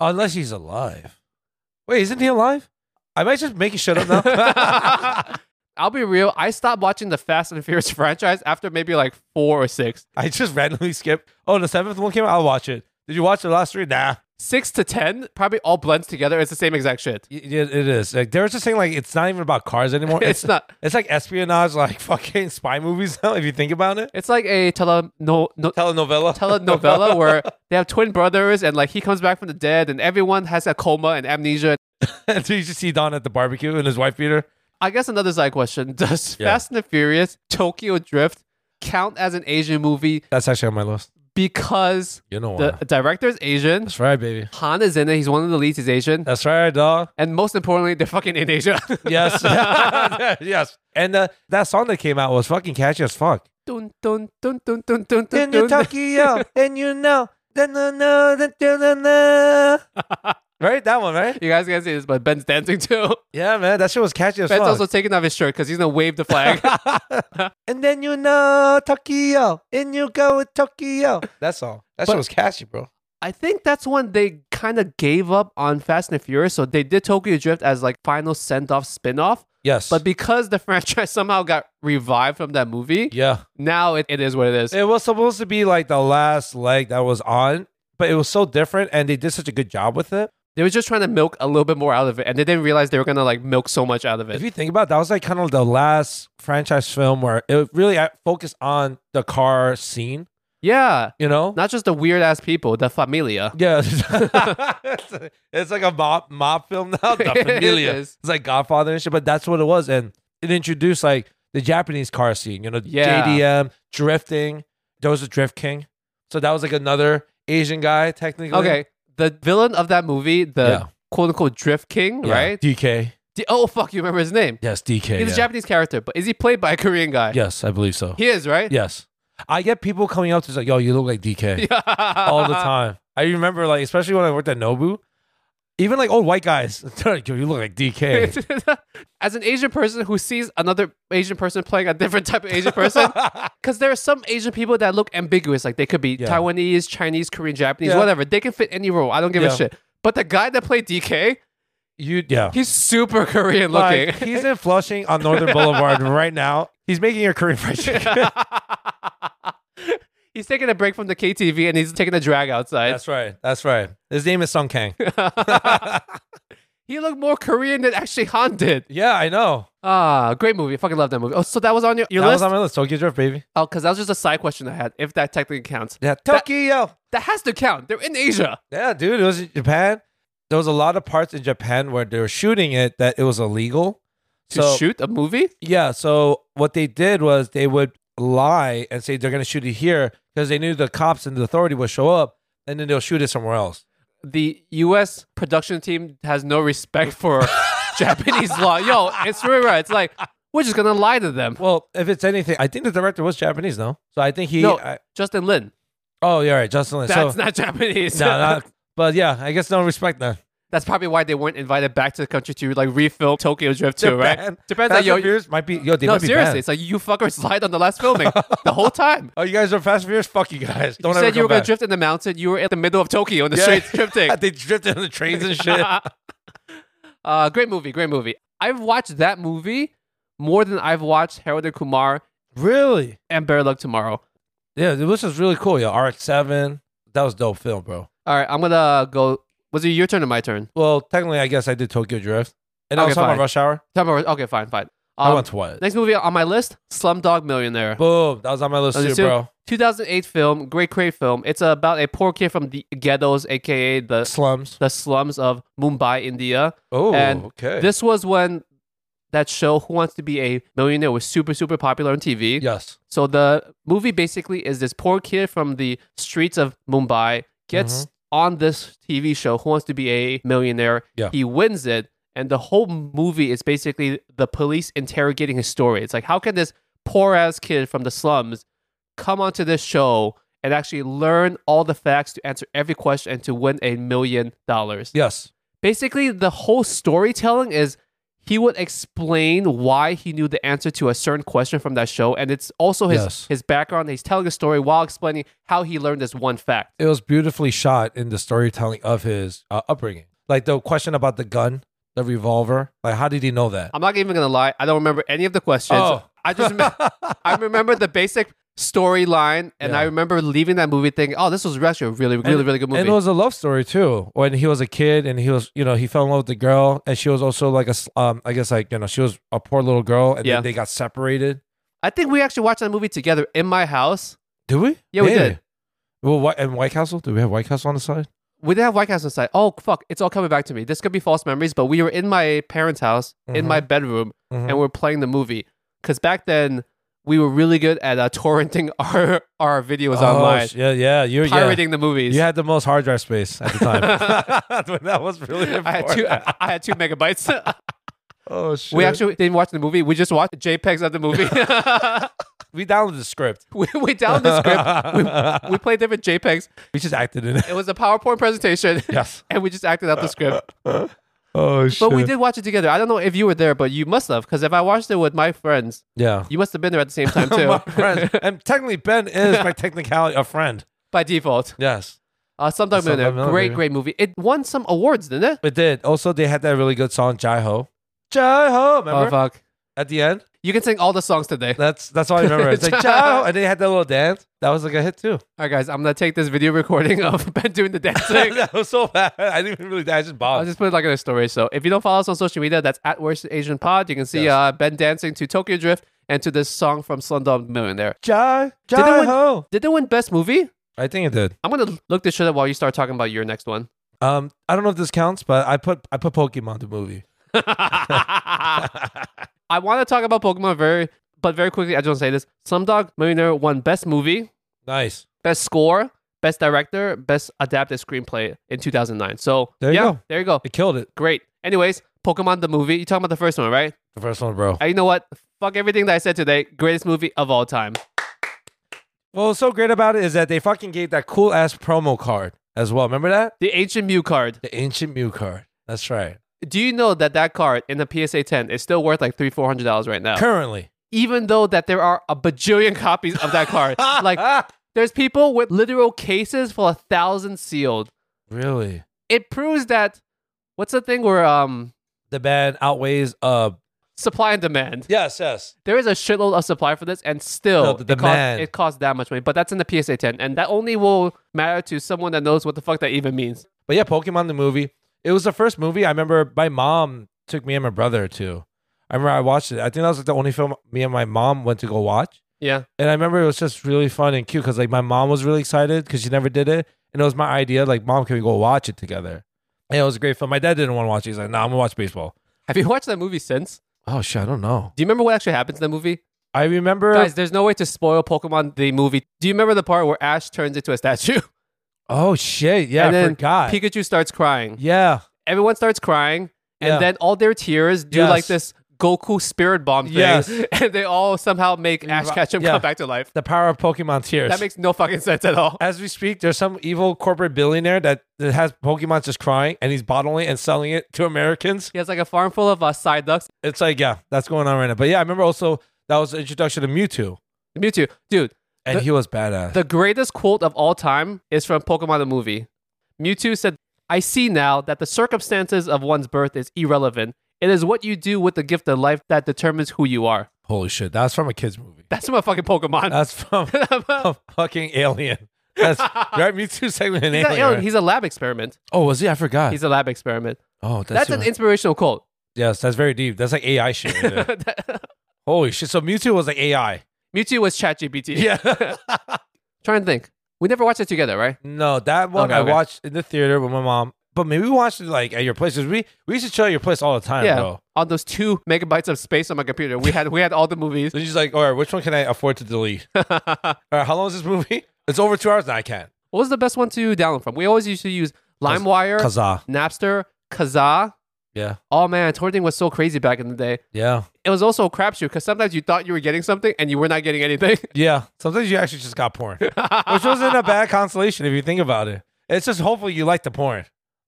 A: Unless he's alive. Wait, isn't he alive? Am I just making shit up now?
B: I'll be real. I stopped watching the Fast and Furious franchise after maybe like four or six,
A: I just randomly skipped. Oh, the seventh one came out. I'll watch it. Did you watch the last three? Nah.
B: six to ten. Probably all blends together. It's the same exact shit.
A: Y- yeah, it is. Like they were just saying, like it's not even about cars anymore.
B: It's not.
A: It's like espionage, like fucking spy movies now. If you think about it,
B: It's like a tele no no
A: telenovela.
B: telenovela where they have twin brothers and like he comes back from the dead and everyone has a coma and amnesia.
A: so you just see Don at the barbecue and his wife beater.
B: I guess another side question: Does
A: Yeah.
B: Fast and the Furious Tokyo Drift count as an Asian movie
A: That's actually on my list.
B: because
A: You know what?
B: the director is Asian,
A: That's right, baby.
B: Han is in it, he's one of the leads, he's Asian,
A: That's right, dog.
B: and most importantly, they're fucking in Asia.
A: Yes, yes. And uh, that song that came out was fucking catchy as fuck.
B: dun, dun, dun, dun, dun, dun, dun,
A: in your
B: dun.
A: Tokyo, and you know, uh, da, na, na, da, da, na, na. right? That one, right?
B: You guys can see this, but Ben's dancing too.
A: Yeah, man, that shit was catchy as
B: Ben's
A: fuck.
B: also taking off his shirt because he's gonna wave the flag.
A: and then you know Tokyo, and you go with Tokyo. That's all. That
B: But-
A: shit was catchy, bro.
B: I think that's when they kind of gave up on Fast and Furious. So they did Tokyo Drift as like final send off spin off.
A: Yes,
B: But because the franchise somehow got revived from that movie,
A: yeah,
B: now it, it is what it is.
A: it was supposed to be like the last leg that was on, but it was so different, and they did such a good job with it.
B: They were just trying to milk a little bit more out of it. And they didn't realize they were going to like milk so much out of
A: If
B: it.
A: you think about it, that was like kind of the last franchise film where it really uh, focused on the car scene,
B: yeah.
A: you know?
B: Not just the weird ass people, the familia.
A: Yeah, it's, it's like a mob mob film now. The
B: It
A: Familia.
B: is.
A: It's like Godfather and shit, but that's what it was, and it introduced like the Japanese car scene. You know,
B: Yeah.
A: JDM drifting. There was a Drift King, so that was like another Asian guy technically.
B: Okay. The villain of that movie, the
A: Yeah.
B: quote unquote Drift King,
A: Yeah.
B: right?
A: DK.
B: D- oh, fuck. You remember his name.
A: Yes, DK.
B: He's
A: yeah.
B: a Japanese character, but is he played by a Korean guy?
A: Yes, I believe so.
B: He is, right?
A: yes, I get people coming up to us like, "Yo, you look like DK." all the time. I remember, like, especially when I worked at Nobu, even like old white guys, they're like, yo, you look like DK.
B: As an Asian person who sees another Asian person playing a different type of Asian person, because there are some Asian people that look ambiguous, like they could be
A: Yeah.
B: Taiwanese, Chinese, Korean, Japanese,
A: Yeah.
B: whatever. They can fit any role. I don't give
A: Yeah.
B: a shit. But the guy that played DK,
A: you, yeah.
B: he's super Korean looking.
A: Like, he's in Flushing on Northern Boulevard right now. He's making a Korean fried chicken.
B: he's taking a break from the KTV and he's taking a drag outside.
A: That's right. That's right. His name is Sung Kang.
B: he looked more Korean than actually Han did.
A: yeah, I know.
B: Ah, great movie. I fucking love that movie. Oh, so that was on your, your
A: that was
B: list?
A: on my list. Tokyo Drift, baby.
B: oh, because that was just a side question I had, if that technically counts.
A: Yeah, Tokyo.
B: That has to count. They're in Asia.
A: yeah, dude. It was in Japan. There was a lot of parts in Japan where they were shooting it that it was illegal.
B: To
A: So-
B: shoot a movie?
A: Yeah. So what they did was they would lie and say they're going to shoot it here because they knew the cops and the authority would show up, and then they'll shoot it somewhere else.
B: the U.S. production team has no respect for Japanese law. Yo, it's really right. It's like we're just gonna lie to them.
A: Well, if it's anything, I think the director was Japanese, no? So I think he.
B: No.
A: I-
B: Justin Lin,
A: oh, yeah, right, Justin Lin.
B: that's
A: so,
B: not Japanese.
A: no, not, but yeah, I guess no respect then.
B: that's probably why they weren't invited back to the country to like refilm Tokyo Drift too, right?
A: Japan- Fast
B: Depends like
A: and
B: yo.
A: Furious might be. Yo, they
B: no,
A: might be
B: seriously,
A: banned.
B: it's like you fuckers lied on the last filming the whole time.
A: Oh, you guys are Fast and Furious? Fuck you guys. Don't
B: you
A: ever
B: said you
A: come
B: were gonna
A: back.
B: drift in the mountain. You were in the middle of Tokyo in the
A: Yeah.
B: streets drifting.
A: they drifted on the trains and shit.
B: uh, great movie, great movie. I've watched that movie more than I've watched Harold and Kumar
A: really?
B: and Better Luck Tomorrow.
A: Yeah, this is really cool. Yeah, RX-7. That was dope film, bro.
B: All right, I'm gonna go. Was it your turn or my turn?
A: Well, technically, I guess I did Tokyo Drift. And I
B: Okay,
A: was talking
B: fine.
A: about Rush Hour.
B: Time over- Okay, fine, fine.
A: I
B: Um,
A: went twice.
B: next movie on my list: Slumdog Millionaire,
A: Boom. That was on my list
B: Oh, you
A: too,
B: see?
A: bro.
B: 2008 film, great, great film. It's about a poor kid from the ghettos, aka the
A: Slums.
B: the slums of Mumbai, India.
A: Oh,
B: And
A: okay.
B: This was when that show Who Wants to Be a Millionaire was super, super popular on TV.
A: yes.
B: So the movie basically is this poor kid from the streets of Mumbai gets on this TV show who wants to be a millionaire.
A: Yeah.
B: He wins it and the whole movie is basically the police interrogating his story. It's like how can this poor ass kid from the slums come onto this show and actually learn all the facts to answer every question and to win a million dollars.
A: Yes.
B: Basically, the whole storytelling is he would explain why he knew the answer to a certain question from that show, and it's also his
A: Yes.
B: his background. He's telling a story while explaining how he learned this one fact.
A: It was beautifully shot in the storytelling of his uh, upbringing. Like the question about the gun, the revolver. Like, how did he know that?
B: I'm not even gonna lie; I don't remember any of the questions.
A: Oh.
B: I just me- I remember the basic storyline, and
A: Yeah.
B: I remember leaving that movie thinking, "Oh, this was actually a really, really, really good movie."
A: And it was a love story too. When he was a kid, and he was, you know, he fell in love with the girl, and she was also like a, s- um, I guess like you know, she was a poor little girl, and
B: Yeah.
A: then they got separated.
B: I think we actually watched that movie together in my house.
A: Did we?
B: Yeah, we did.
A: Well, Whi- and White Castle? Did we have White Castle on the side?
B: We didn't have White Castle inside. Oh fuck! It's all coming back to me. This could be false memories, but we were in my parents' house in
A: Mhm.
B: my bedroom,
A: Mhm.
B: and we're playing the movie. Because back then we were really good at uh, torrenting our our videos
A: Oh,
B: online,
A: sh- Yeah, yeah. You, yeah.
B: pirating the movies.
A: you had the most hard drive space at the time. When that was really important.
B: I had two. I, I had two megabytes.
A: oh shit.
B: we actually didn't watch the movie. We just watched JPEGs of the movie.
A: we downloaded the script.
B: we, we downloaded the script.
A: script.
B: We played different JPEGs.
A: we just acted in it.
B: It was a PowerPoint presentation,
A: Yes.
B: and we just acted out the script.
A: Oh shit.
B: But we did watch it together. I don't know if you were there, but you must have, because if I watched it with my friends,
A: Yeah.
B: you must have been there at the same time too,
A: My friend. And technically, Ben is by technicality a friend.
B: by default.
A: Yes.
B: Uh, sometime in
A: Sometime
B: there.
A: in there,
B: Great,
A: baby.
B: great movie. It won some awards, didn't it?
A: It did. Also, they had that really good song, Jai Ho. uh, Jai Ho, remember?
B: Oh fuck!
A: At the end.
B: You can sing all the songs today.
A: That's that's all I remember. It's like Jai Ho. And they had that little dance. That was like a hit too.
B: All right, guys, I'm gonna take this video recording of Ben doing the dancing.
A: that was so bad. I didn't even really I just
B: I'll
A: bobbed.
B: just put it like in a story. So if you don't follow us on social media, that's at Worst Asian Pod. You can see
A: Yes.
B: uh, Ben dancing to Tokyo Drift and to this song from Slumdog Millionaire.
A: Jai
B: it
A: Jai
B: win-
A: Ho.
B: Did they win Best Movie?
A: I think it did.
B: I'm gonna look this shit up while you start talking about your next one.
A: Um, I don't know if this counts, but I put I put Pokemon the movie.
B: I want to talk about Pokemon very, but very quickly. I just want to say this: Slumdog Millionaire won Best Movie,
A: Nice.
B: Best Score, Best Director, Best Adapted Screenplay in 2009. So
A: There you
B: yeah,
A: go.
B: there you go.
A: It killed it.
B: Great. Anyways, Pokemon the movie. You talking about the first one, right?
A: The first one, bro.
B: Uh, you know what? Fuck everything that I said today. Greatest movie of all time.
A: Well, what's so great about it is that they fucking gave that cool ass promo card as well. Remember that?
B: The Ancient Mew card.
A: The ancient Mew card. That's right.
B: Do you know that that card in the PSA 10 is still worth like three, four hundred dollars right
A: Oh.
B: now?
A: Currently.
B: Even though that there are a bajillion copies of that card. like there's people with literal cases for a thousand sealed.
A: Really?
B: It proves that what's the thing where um
A: The band outweighs uh
B: supply and demand.
A: Yes, yes.
B: There is a shitload of supply for this, and still
A: No, the
B: it, costs,
A: demand.
B: it costs that much money. But that's in the PSA 10, and that only will matter to someone that knows what the fuck that even means.
A: But yeah, Pokemon the movie. It was the first movie I remember my mom took me and my brother to. I remember I watched it. I think that was like the only film me and my mom went to go watch.
B: Yeah.
A: And I remember it was just really fun and cute because like my mom was really excited because she never did it, and it was my idea. Like, mom, can we go watch it together? And it was a great film. My dad didn't want to watch it. He's like, "No, nah, I'm gonna watch baseball."
B: Have you watched that movie since?
A: Oh shit, I don't know.
B: Do you remember what actually happens in that movie?
A: I remember.
B: Guys, there's no way to spoil Pokemon the movie. Do you remember the part where Ash turns into a statue?
A: oh shit, yeah,
B: and
A: I
B: then
A: forgot.
B: Pikachu starts crying.
A: yeah,
B: Everyone starts crying, and
A: Yeah.
B: then all their tears do
A: Yes.
B: like this Goku spirit bomb thing,
A: Yes.
B: and they all somehow make Ash Ketchum
A: Yeah.
B: come back to life.
A: the power of Pokemon tears.
B: That makes no fucking sense at all.
A: As we speak, there's some evil corporate billionaire that, that has Pokemon just crying, and he's bottling it and selling it to Americans.
B: He has like a farm full of uh, side ducks.
A: It's like, yeah, that's going on right now. But yeah, I remember also that was the introduction to Mewtwo,
B: Mewtwo, dude,
A: and
B: The-
A: he was badass.
B: the greatest quote of all time is from Pokemon the movie. Mewtwo said, I see now that the circumstances of one's birth is irrelevant. It is what you do with the gift of life that determines who you are.
A: Holy shit, that's from a kids movie.
B: That's my fucking Pokemon.
A: That's from a fucking alien. That's right. Me too. Segment an
B: he's, not
A: alien.
B: alien.
A: right?
B: he's a lab experiment.
A: oh, was he? I forgot.
B: He's a lab experiment.
A: oh,
B: That's,
A: that's,
B: an
A: even-
B: inspirational quote.
A: yes. That's very deep. That's like AI shit. right there. Holy shit! So Mewtwo was like AI.
B: Mewtwo was ChatGPT.
A: Yeah.
B: Trying to think. We never watched it together, right?
A: no, that one
B: Okay,
A: I
B: okay.
A: watched in the theater with my mom. But maybe we watched it like at your place. 'cause we we used to chill at your place all the time,
B: yeah.
A: bro.
B: On those two megabytes of space on my computer, we had we had all the movies.
A: So she's like, all right, which one can I afford to delete?
B: what
A: All right, how long is this movie? It's over two hours. No, I can't.
B: was the best one to download from? We always used to use LimeWire.
A: Kazaa.
B: Napster, Kazaa,
A: Yeah.
B: Oh man, tour thing was so crazy back in the day.
A: Yeah.
B: It was also a crapshoot because sometimes you thought you were getting something and you were not getting anything.
A: Yeah. Sometimes you actually just got porn, which wasn't a bad consolation if you think about it. It's just hopefully you liked the porn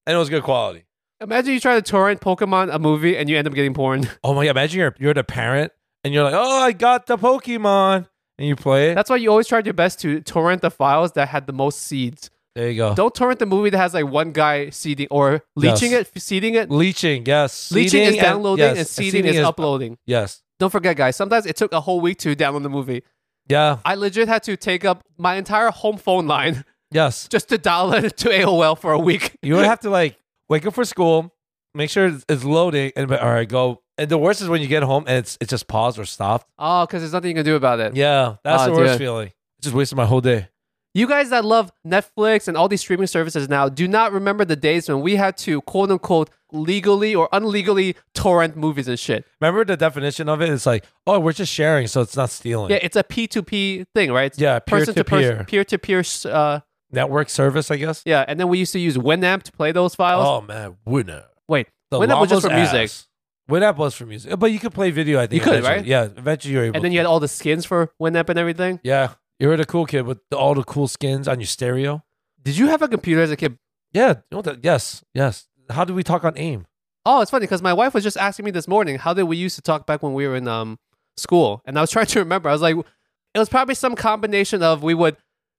A: and it was good quality.
B: Imagine you try to torrent Pokemon a movie and you end up getting porn.
A: Oh my God. Imagine you're, you're the parent and you're like, oh, I got the Pokemon. And you play it.
B: That's why you always tried your best to torrent the files that had the most seeds.
A: there you go.
B: Don't torrent the movie that has like one guy seeding or leeching
A: Yes.
B: it, seeding it.
A: Leeching. Yes.
B: Leeching
A: Seeding
B: is downloading
A: yes,
B: and seeding, is, uploading.
A: Yes.
B: Don't forget, guys. Sometimes it took a whole week to download the movie.
A: Yeah.
B: I legit had to take up my entire home phone line
A: Yes.
B: just to dial it to AOL for a week.
A: You would have to like wake up for school, make sure it's- it's loading, and be- all right, go. And the worst is when you get home and it's it's just paused or stopped.
B: Oh, because there's nothing you can do about it.
A: Yeah, that's
B: Oh,
A: the worst
B: dude.
A: feeling. Just wasted my whole day.
B: You guys that love Netflix and all these streaming services now do not remember the days when we had to quote unquote legally or unlegally torrent movies and shit.
A: Remember the definition of it? It's like, oh, we're just sharing, so it's not stealing.
B: Yeah, it's a P2P thing, right? It's
A: Yeah,
B: person to person,
A: peer-to-peer.
B: peer to peer. Uh,
A: Network service, I guess.
B: yeah, and then we used to use Winamp to play those files.
A: Oh man, Winamp.
B: Wait,
A: The
B: Winamp was just
A: llama's
B: for music.
A: ass. Winamp was for music, but you could play video. I think
B: You could,
A: eventually.
B: right?
A: Yeah, eventually you were able.
B: And then
A: to.
B: you had all the skins for Winamp and everything.
A: yeah, you were the cool kid with the- all the cool skins on your stereo.
B: Did you have a computer as a kid?
A: Yeah, you know that. Yes, yes. How do we talk on AIM?
B: Oh, it's funny because my wife was just asking me this morning how did we used to talk back when we were in um school, and I was trying to remember. I was like, it was probably some combination of we would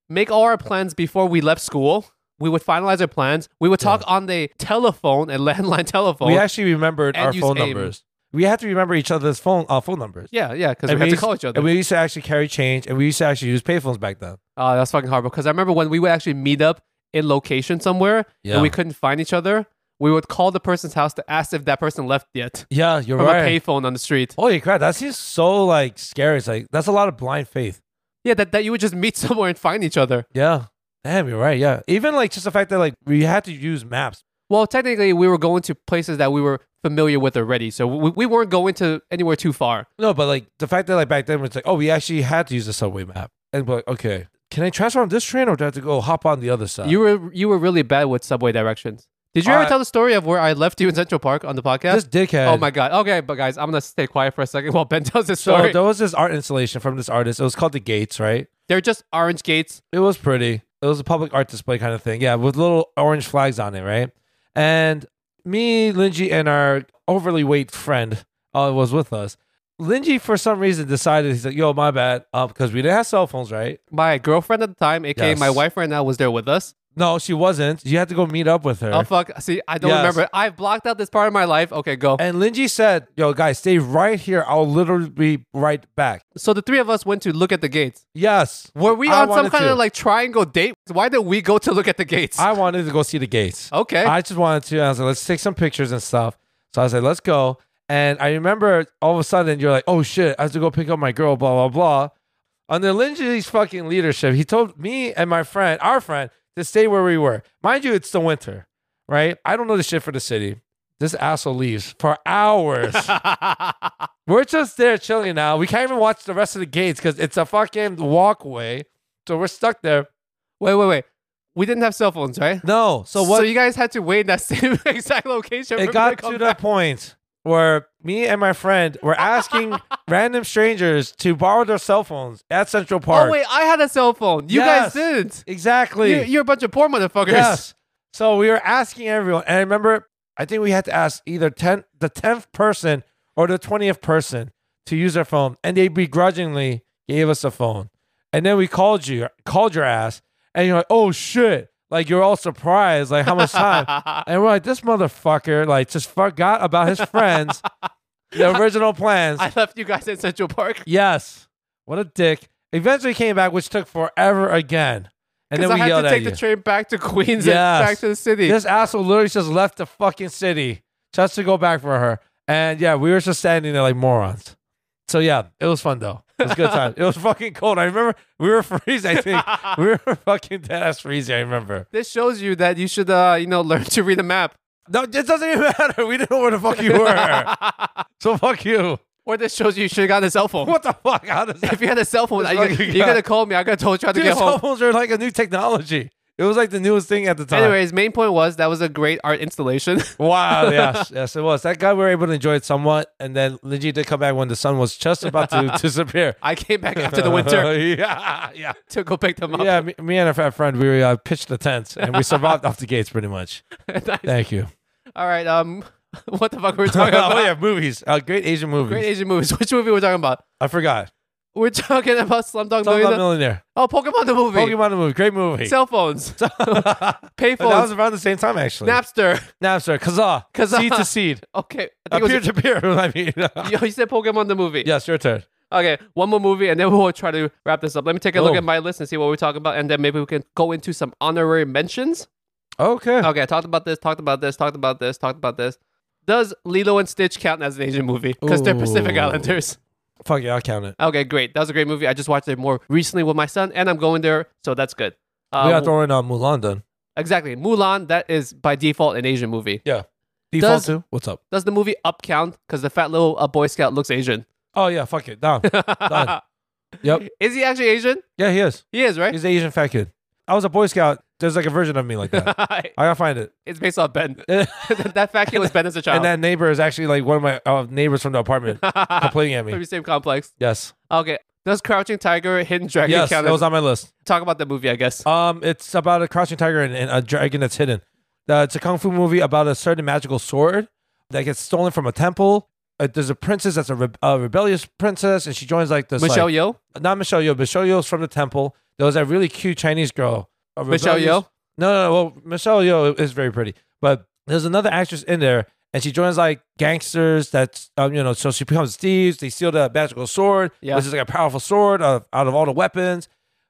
B: make all our plans before we left school. We would finalize our plans. We would talk on the telephone and landline telephone.
A: We actually remembered
B: and
A: our
B: use
A: phone
B: AIM.
A: numbers. We had to remember each other's phone uh, phone numbers.
B: yeah, yeah, because we
A: And
B: had to
A: used-
B: call each other.
A: And we used to actually carry change, and we used to actually use payphones back then.
B: oh, that's fucking horrible. Because I remember when we would actually meet up in location somewhere
A: Yeah,
B: and we couldn't find each other. We would call the person's house to ask if that person left yet
A: yeah, you're
B: from
A: right.
B: a payphone on the street.
A: Holy crap, that seems so like scary. It's like that's a lot of blind faith.
B: Yeah, that, that you would just meet somewhere and find each other.
A: Yeah, damn, you're right. Yeah, even like just the fact that like we had to use maps.
B: Well, technically, we were going to places that we were familiar with already, so we, we weren't going to anywhere too far.
A: No, but like the fact that like back then it's like oh we actually had to use the subway map, and we're like okay, can I transfer on this train or do I have to go hop on the other side?
B: You were you were really bad with subway directions. Did you ever
A: Uh. I-
B: tell the story of where I left you in Central Park on the podcast?
A: this dickhead.
B: oh my god. Okay, but guys, I'm gonna stay quiet for a second while Ben tells this
A: So
B: story.
A: there was this art installation from this artist. It was called the Gates, right?
B: They're just orange gates.
A: It was pretty. It was a public art display kind of thing. Yeah, with little orange flags on it, right? And me, Linji, and our overly weight friend uh, was with us. Linji, for some reason, decided he's like, "Yo, my bad," uh, because we didn't have cell phones, right?
B: My girlfriend at the time, aka
A: Yes.
B: my wife right now, was there with us.
A: No, she wasn't. You had to go meet up with her.
B: Oh fuck! See, I don't
A: Yes.
B: remember. I've blocked out this part of my life. Okay, go.
A: and Linji said, "Yo, guys, stay right here. I'll literally be right back."
B: So the three of us went to look at the gates.
A: Yes.
B: Were we
A: I
B: on some
A: wanted
B: kind
A: to.
B: of like triangle date? Why did we go to look at the gates?
A: I wanted to go see the gates.
B: okay.
A: I just wanted to. I was like, let's take some pictures and stuff. So I was like, let's go. And I remember all of a sudden you're like, oh shit, I have to go pick up my girl, blah, blah, blah. Under Lindsay's fucking leadership, he told me and my friend, our friend, to stay where we were. Mind you, it's the winter, right? I don't know the shit for the city. This asshole leaves for hours. We're just there chilling now. We can't even watch the rest of the gates because it's a fucking walkway. So we're stuck there.
B: Wait, wait, wait. We didn't have cell phones, right?
A: No. So what?
B: So you guys had to wait in that same exact location.
A: it got to the point where me and my friend were asking random strangers to borrow their cell phones at Central Park.
B: Oh wait, I had a cell phone. You guys
A: Yes.
B: didn't.
A: Exactly.
B: You, you're a bunch of poor motherfuckers.
A: yes. So we were asking everyone, and I remember I think we had to ask either ten, the tenth person or the twentieth person to use their phone, and they begrudgingly gave us a phone. And then we called you, called your ass, and you're like, "Oh shit!" Like you're all surprised, like how much time? And we're like, this motherfucker, like, just forgot about his friends, the original plans.
B: I left you guys in Central Park.
A: yes. What a dick. Eventually came back, which took forever again. And then
B: Because
A: we
B: I had
A: yelled
B: to
A: at
B: take
A: you.
B: the train back to Queens
A: Yes.
B: and back to the city.
A: this asshole literally just left the fucking city just to go back for her. And yeah, we were just standing there like morons. So yeah, it was fun though. It was a good time. it was fucking cold. I remember we were freezing, I think. we were fucking dead ass freezing, I remember.
B: This shows you that you should, uh, you know, learn to read a map.
A: No, it doesn't even matter. We didn't know where the fuck you were. so fuck you.
B: Or this shows you you should have gotten a cell phone.
A: What the fuck? How does that
B: If you had a cell phone,
A: This
B: you,
A: fucking
B: you're
A: guy.
B: gonna call me. I gotta told you how to
A: Dude,
B: get
A: cell
B: home.
A: phones are like a new technology. It was like the newest thing at the time.
B: Anyways, main point was that was a great art installation.
A: Wow, yes, yes, it was. That guy we were able to enjoy it somewhat, and then Linji did come back when the sun was just about to disappear.
B: I came back after the winter
A: yeah, yeah,
B: to go pick them up.
A: yeah. Me, me and a fat friend, we uh, pitched the tents and we survived off the gates pretty much.
B: Nice.
A: Thank you.
B: All right. Um, what the fuck were we talking about?
A: oh yeah, movies. Uh, great Asian movies.
B: Great Asian movies. Which movie were we talking about?
A: I forgot.
B: We're talking about Slumdog
A: Talking about
B: Millionaire.
A: Millionaire.
B: Oh, Pokemon the movie.
A: Pokemon the movie. Great movie.
B: Cell phones. Payphones.
A: that was around the same time actually.
B: Napster.
A: Napster. Kazaa.
B: oh, Kazaa.
A: Seed to seed.
B: Okay. I
A: Uh,
B: think it
A: Peer
B: was,
A: to peer. I mean.
B: you, you said Pokemon the movie.
A: yes, your turn.
B: Okay. One more movie, and then we'll try to wrap this up. Let me take a look
A: Oh.
B: at my list and see what we're talking about, and then maybe we can go into some honorary mentions.
A: Okay.
B: Okay. I talked about this, talked about this, talked about this, talked about this. Does Lilo and Stitch count as an Asian movie? Because they're Pacific
A: Ooh.
B: Islanders.
A: Fuck yeah, I'll count it.
B: Okay, great. That was a great movie. I just watched it more recently with my son, and I'm going there, so that's good. Um,
A: we got throwing uh, Mulan then.
B: exactly. Mulan, that is by default an Asian movie.
A: Yeah. Default
B: Does-
A: two. What's up?
B: Does the movie Up count? Because the fat little uh, Boy Scout looks Asian.
A: Oh yeah, fuck it. Down. Done. Yep.
B: Is he actually Asian?
A: Yeah, he is.
B: He is, right?
A: He's the Asian fat kid. I was a Boy Scout. There's like a version of me like that. I gotta find it.
B: it's based on Ben. that fat kid was Ben as a child.
A: And that neighbor is actually like one of my uh, neighbors from the apartment complaining at
B: From
A: me.
B: the same complex.
A: Yes.
B: Okay. Does Crouching Tiger, Hidden Dragon
A: Yes,
B: count?
A: that
B: as-
A: was on my list.
B: Talk about the movie, I guess.
A: Um, it's about a crouching tiger and, and a dragon that's hidden. Uh, it's a kung fu movie about a certain magical sword that gets stolen from a temple. Uh, there's a princess that's a, re- a rebellious princess, and she joins like this.
B: Michelle
A: like,
B: Yeoh.
A: not Michelle Yeoh. Michelle Yeoh's from the temple. There was that really cute Chinese girl. a
B: Michelle
A: rebellious-
B: Yeoh?
A: No, no, no. Well, Michelle Yeoh is very pretty, but there's another actress in there, and she joins like gangsters. That's um, you know, so she becomes thieves. They steal the magical sword,
B: Yeah.
A: which is like a powerful sword uh, out of all the weapons,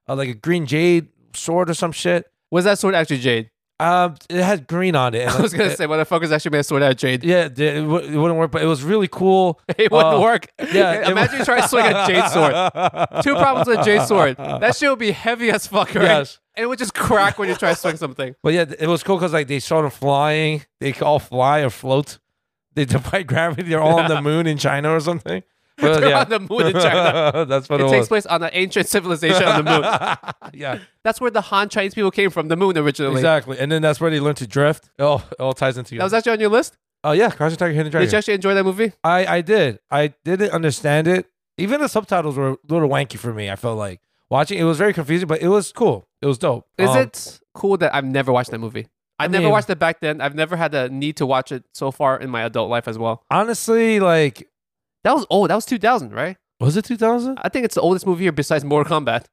A: uh, like a green jade sword or some shit.
B: Was that sword actually Jade?
A: Um, it had green on it. and,
B: I was
A: like,
B: going
A: it-
B: to say, motherfuckers actually made a sword out of Jade.
A: yeah, it, it wou- it wouldn't work, but it was really cool.
B: It wouldn't
A: Uh,
B: work.
A: yeah, it
B: Imagine you try to swing a jade sword. Two problems with a jade sword. That shit would be heavy as fuck, right?
A: Yes.
B: And it would just crack when you try to swing something.
A: But yeah, it was cool because like they showed them flying. They could all fly or float. They defy gravity. They're all on the moon in China or something. But,
B: They're on the moon in China.
A: That's what
B: It
A: it,
B: takes
A: was.
B: place on an ancient civilization on the moon.
A: yeah,
B: That's where the Han Chinese people came from, the moon originally.
A: exactly. And then that's where they learn to drift. It all, it all ties into
B: That was
A: together.
B: actually on your list?
A: Oh yeah, Crouching Tiger, Hidden
B: Did you
A: Dragon.
B: actually enjoy that movie?
A: I I did. I didn't understand it. Even the subtitles were a little wanky for me. I felt like watching. It was very confusing, but it was cool. It was dope.
B: Is
A: Um,
B: it cool that I've never watched that movie? I, never
A: mean-
B: watched it back then. I've never had the need to watch it so far in my adult life as well.
A: honestly like?
B: That was old. That was 2000, right?
A: Was it 2000?
B: I think it's the oldest movie here besides Mortal Kombat.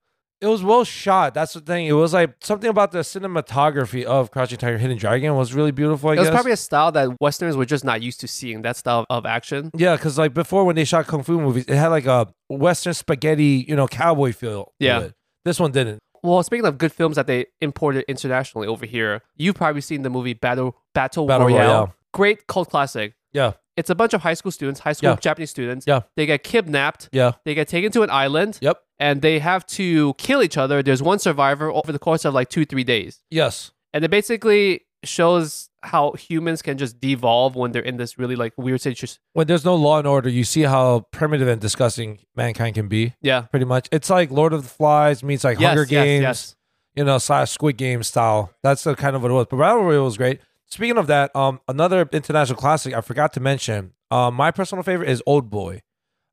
A: it was well shot. That's the thing. It was like something about the cinematography of Crouching Tiger, Hidden Dragon was really beautiful. I
B: it was
A: guess.
B: probably a style that Westerners were just not used to seeing, that style of action.
A: yeah, because like before when they shot kung fu movies, it had like a western spaghetti, you know, cowboy feel. to
B: Yeah.
A: it. this one didn't.
B: Well, speaking of good films that they imported internationally over here, you've probably seen the movie Battle Battle,
A: Battle
B: Royale.
A: Royale.
B: Great cult classic.
A: Yeah,
B: It's a bunch of high school students, high school
A: Yeah.
B: Japanese students.
A: Yeah.
B: They get kidnapped.
A: yeah,
B: They get taken to an island.
A: yep,
B: And they have to kill each other. There's one survivor over the course of like two, three days.
A: yes,
B: And it basically shows how humans can just devolve when they're in this really like weird situation.
A: when there's no law and order, you see how primitive and disgusting mankind can be.
B: Yeah.
A: Pretty much, it's like Lord of the Flies meets like
B: Yes,
A: Hunger
B: yes,
A: Games,
B: yes.
A: you know, slash Squid Game style. That's the kind of what it was. But Battle Royale was great. Speaking of that, um, another international classic I forgot to mention. Um, my personal favorite is Old Boy.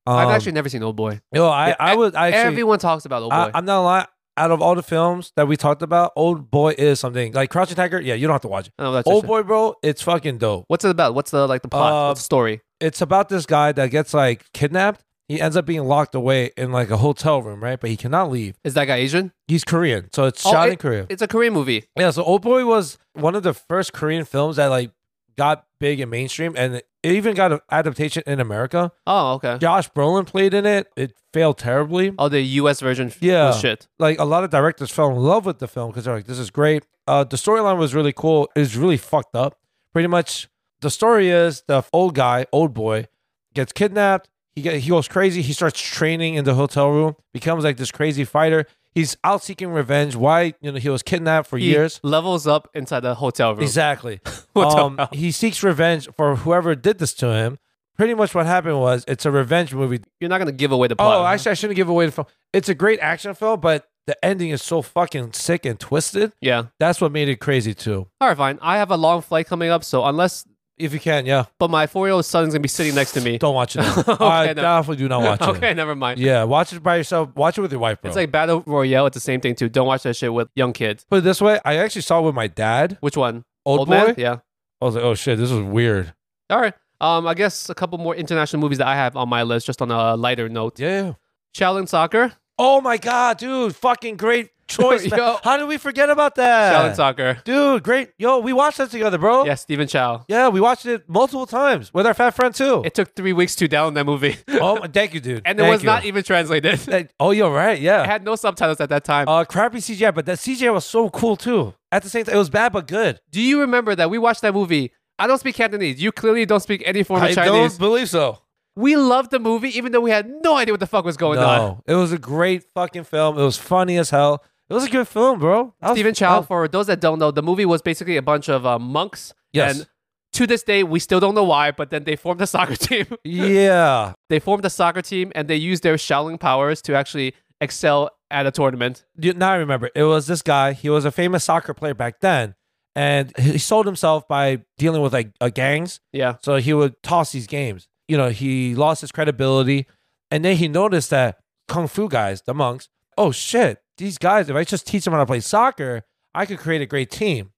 A: Um,
B: I've actually never seen Old Boy.
A: yo, I,
B: Yeah,
A: I would I actually,
B: Everyone talks about Old Boy.
A: I, I'm not lying. Out of all the films that we talked about, Old Boy is something like Crouching Tiger. Yeah, you don't have to watch it.
B: I know Oh, that's
A: Old
B: Old
A: Boy, bro, it's fucking dope.
B: What's it about? What's the like the plot?
A: Uh,
B: What's the story?
A: It's about this guy that gets like kidnapped. He ends up being locked away in like a hotel room, right? But he cannot leave.
B: Is that guy Asian?
A: He's Korean, so it's
B: Oh,
A: shot
B: it-
A: in Korea.
B: It's a Korean movie.
A: Yeah, so Old Boy was one of the first Korean films that like got big and mainstream, and it even got an adaptation in America.
B: Oh, okay.
A: Josh Brolin played in it. It failed terribly.
B: Oh, the U.S. version. f-
A: Yeah.
B: was shit.
A: Like a lot of directors fell in love with the film because they're like, "This is great." Uh, the storyline was really cool. It's really fucked up. Pretty much, the story is the old guy, old boy, gets kidnapped. He get, he goes crazy. He starts training in the hotel room. Becomes like this crazy fighter. He's out seeking revenge. Why you know he was kidnapped for
B: He
A: years.
B: levels up inside the hotel
A: Oh.
B: room.
A: Exactly.
B: What the
A: um,
B: hell?
A: he seeks revenge for whoever did this to him. Pretty much what happened was it's a revenge movie.
B: You're not gonna give away the plot.
A: Oh, actually, I shouldn't give away the film. It's a great action film, but the ending is so fucking sick and twisted.
B: Yeah.
A: That's what made it crazy too.
B: All right, fine. I have a long flight coming up, so unless,
A: If you can, yeah.
B: but my four year old son's gonna be sitting next to me.
A: Don't watch it. now. I
B: no.
A: definitely do not watch it.
B: okay, never mind.
A: Yeah, watch it by yourself. Watch it with your wife, bro.
B: It's like Battle Royale. It's the same thing too. Don't watch that shit with young kids.
A: Put it this way, I actually saw it with my dad.
B: Which one?
A: Old, boy.
B: man? Yeah.
A: I was like, oh shit, this is weird.
B: All right. Um, I guess a couple more international movies that I have on my list, just on a lighter note.
A: Yeah. yeah.
B: Shaolin Soccer.
A: Oh my god, dude, fucking great choice. man.
B: Yo.
A: How did we forget about
B: Shaolin
A: that?
B: Soccer.
A: Dude, great. Yo, we watched that together, bro.
B: Yeah, Stephen Chow.
A: Yeah, we watched it multiple times with our fat friend too.
B: It took three weeks to download that movie,
A: oh, thank you, dude.
B: and it
A: Thank
B: was
A: you.
B: not e- even translated. it
A: That- oh, you're right. Yeah.
B: had no subtitles at that time.
A: Uh, crappy CGI, but that CGI was so cool too. At the same time, it was bad but good.
B: Do you remember that we watched that movie? I don't speak Cantonese. You clearly don't speak any form of Chinese.
A: believe so.
B: We loved the movie, even though we had no idea what the fuck was going on.
A: No, it was a great fucking film. It was funny as hell. It was a good film, bro. I was-
B: Stephen Chow,
A: I-
B: for those that don't know, the movie was basically a bunch of uh, monks.
A: Yes.
B: And to this day, we still don't know why, but then they formed a soccer team.
A: yeah,
B: they formed a soccer team and they used their Shaolin powers to actually excel at a tournament.
A: You- now I remember. It was this guy. He was a famous soccer player back then, and he sold himself by dealing with like uh, gangs.
B: Yeah.
A: So he would toss these games. You know, he lost his credibility, and then he noticed that kung fu guys, the monks. Oh shit! These guys, if I just teach them how to play soccer, I could create a great team.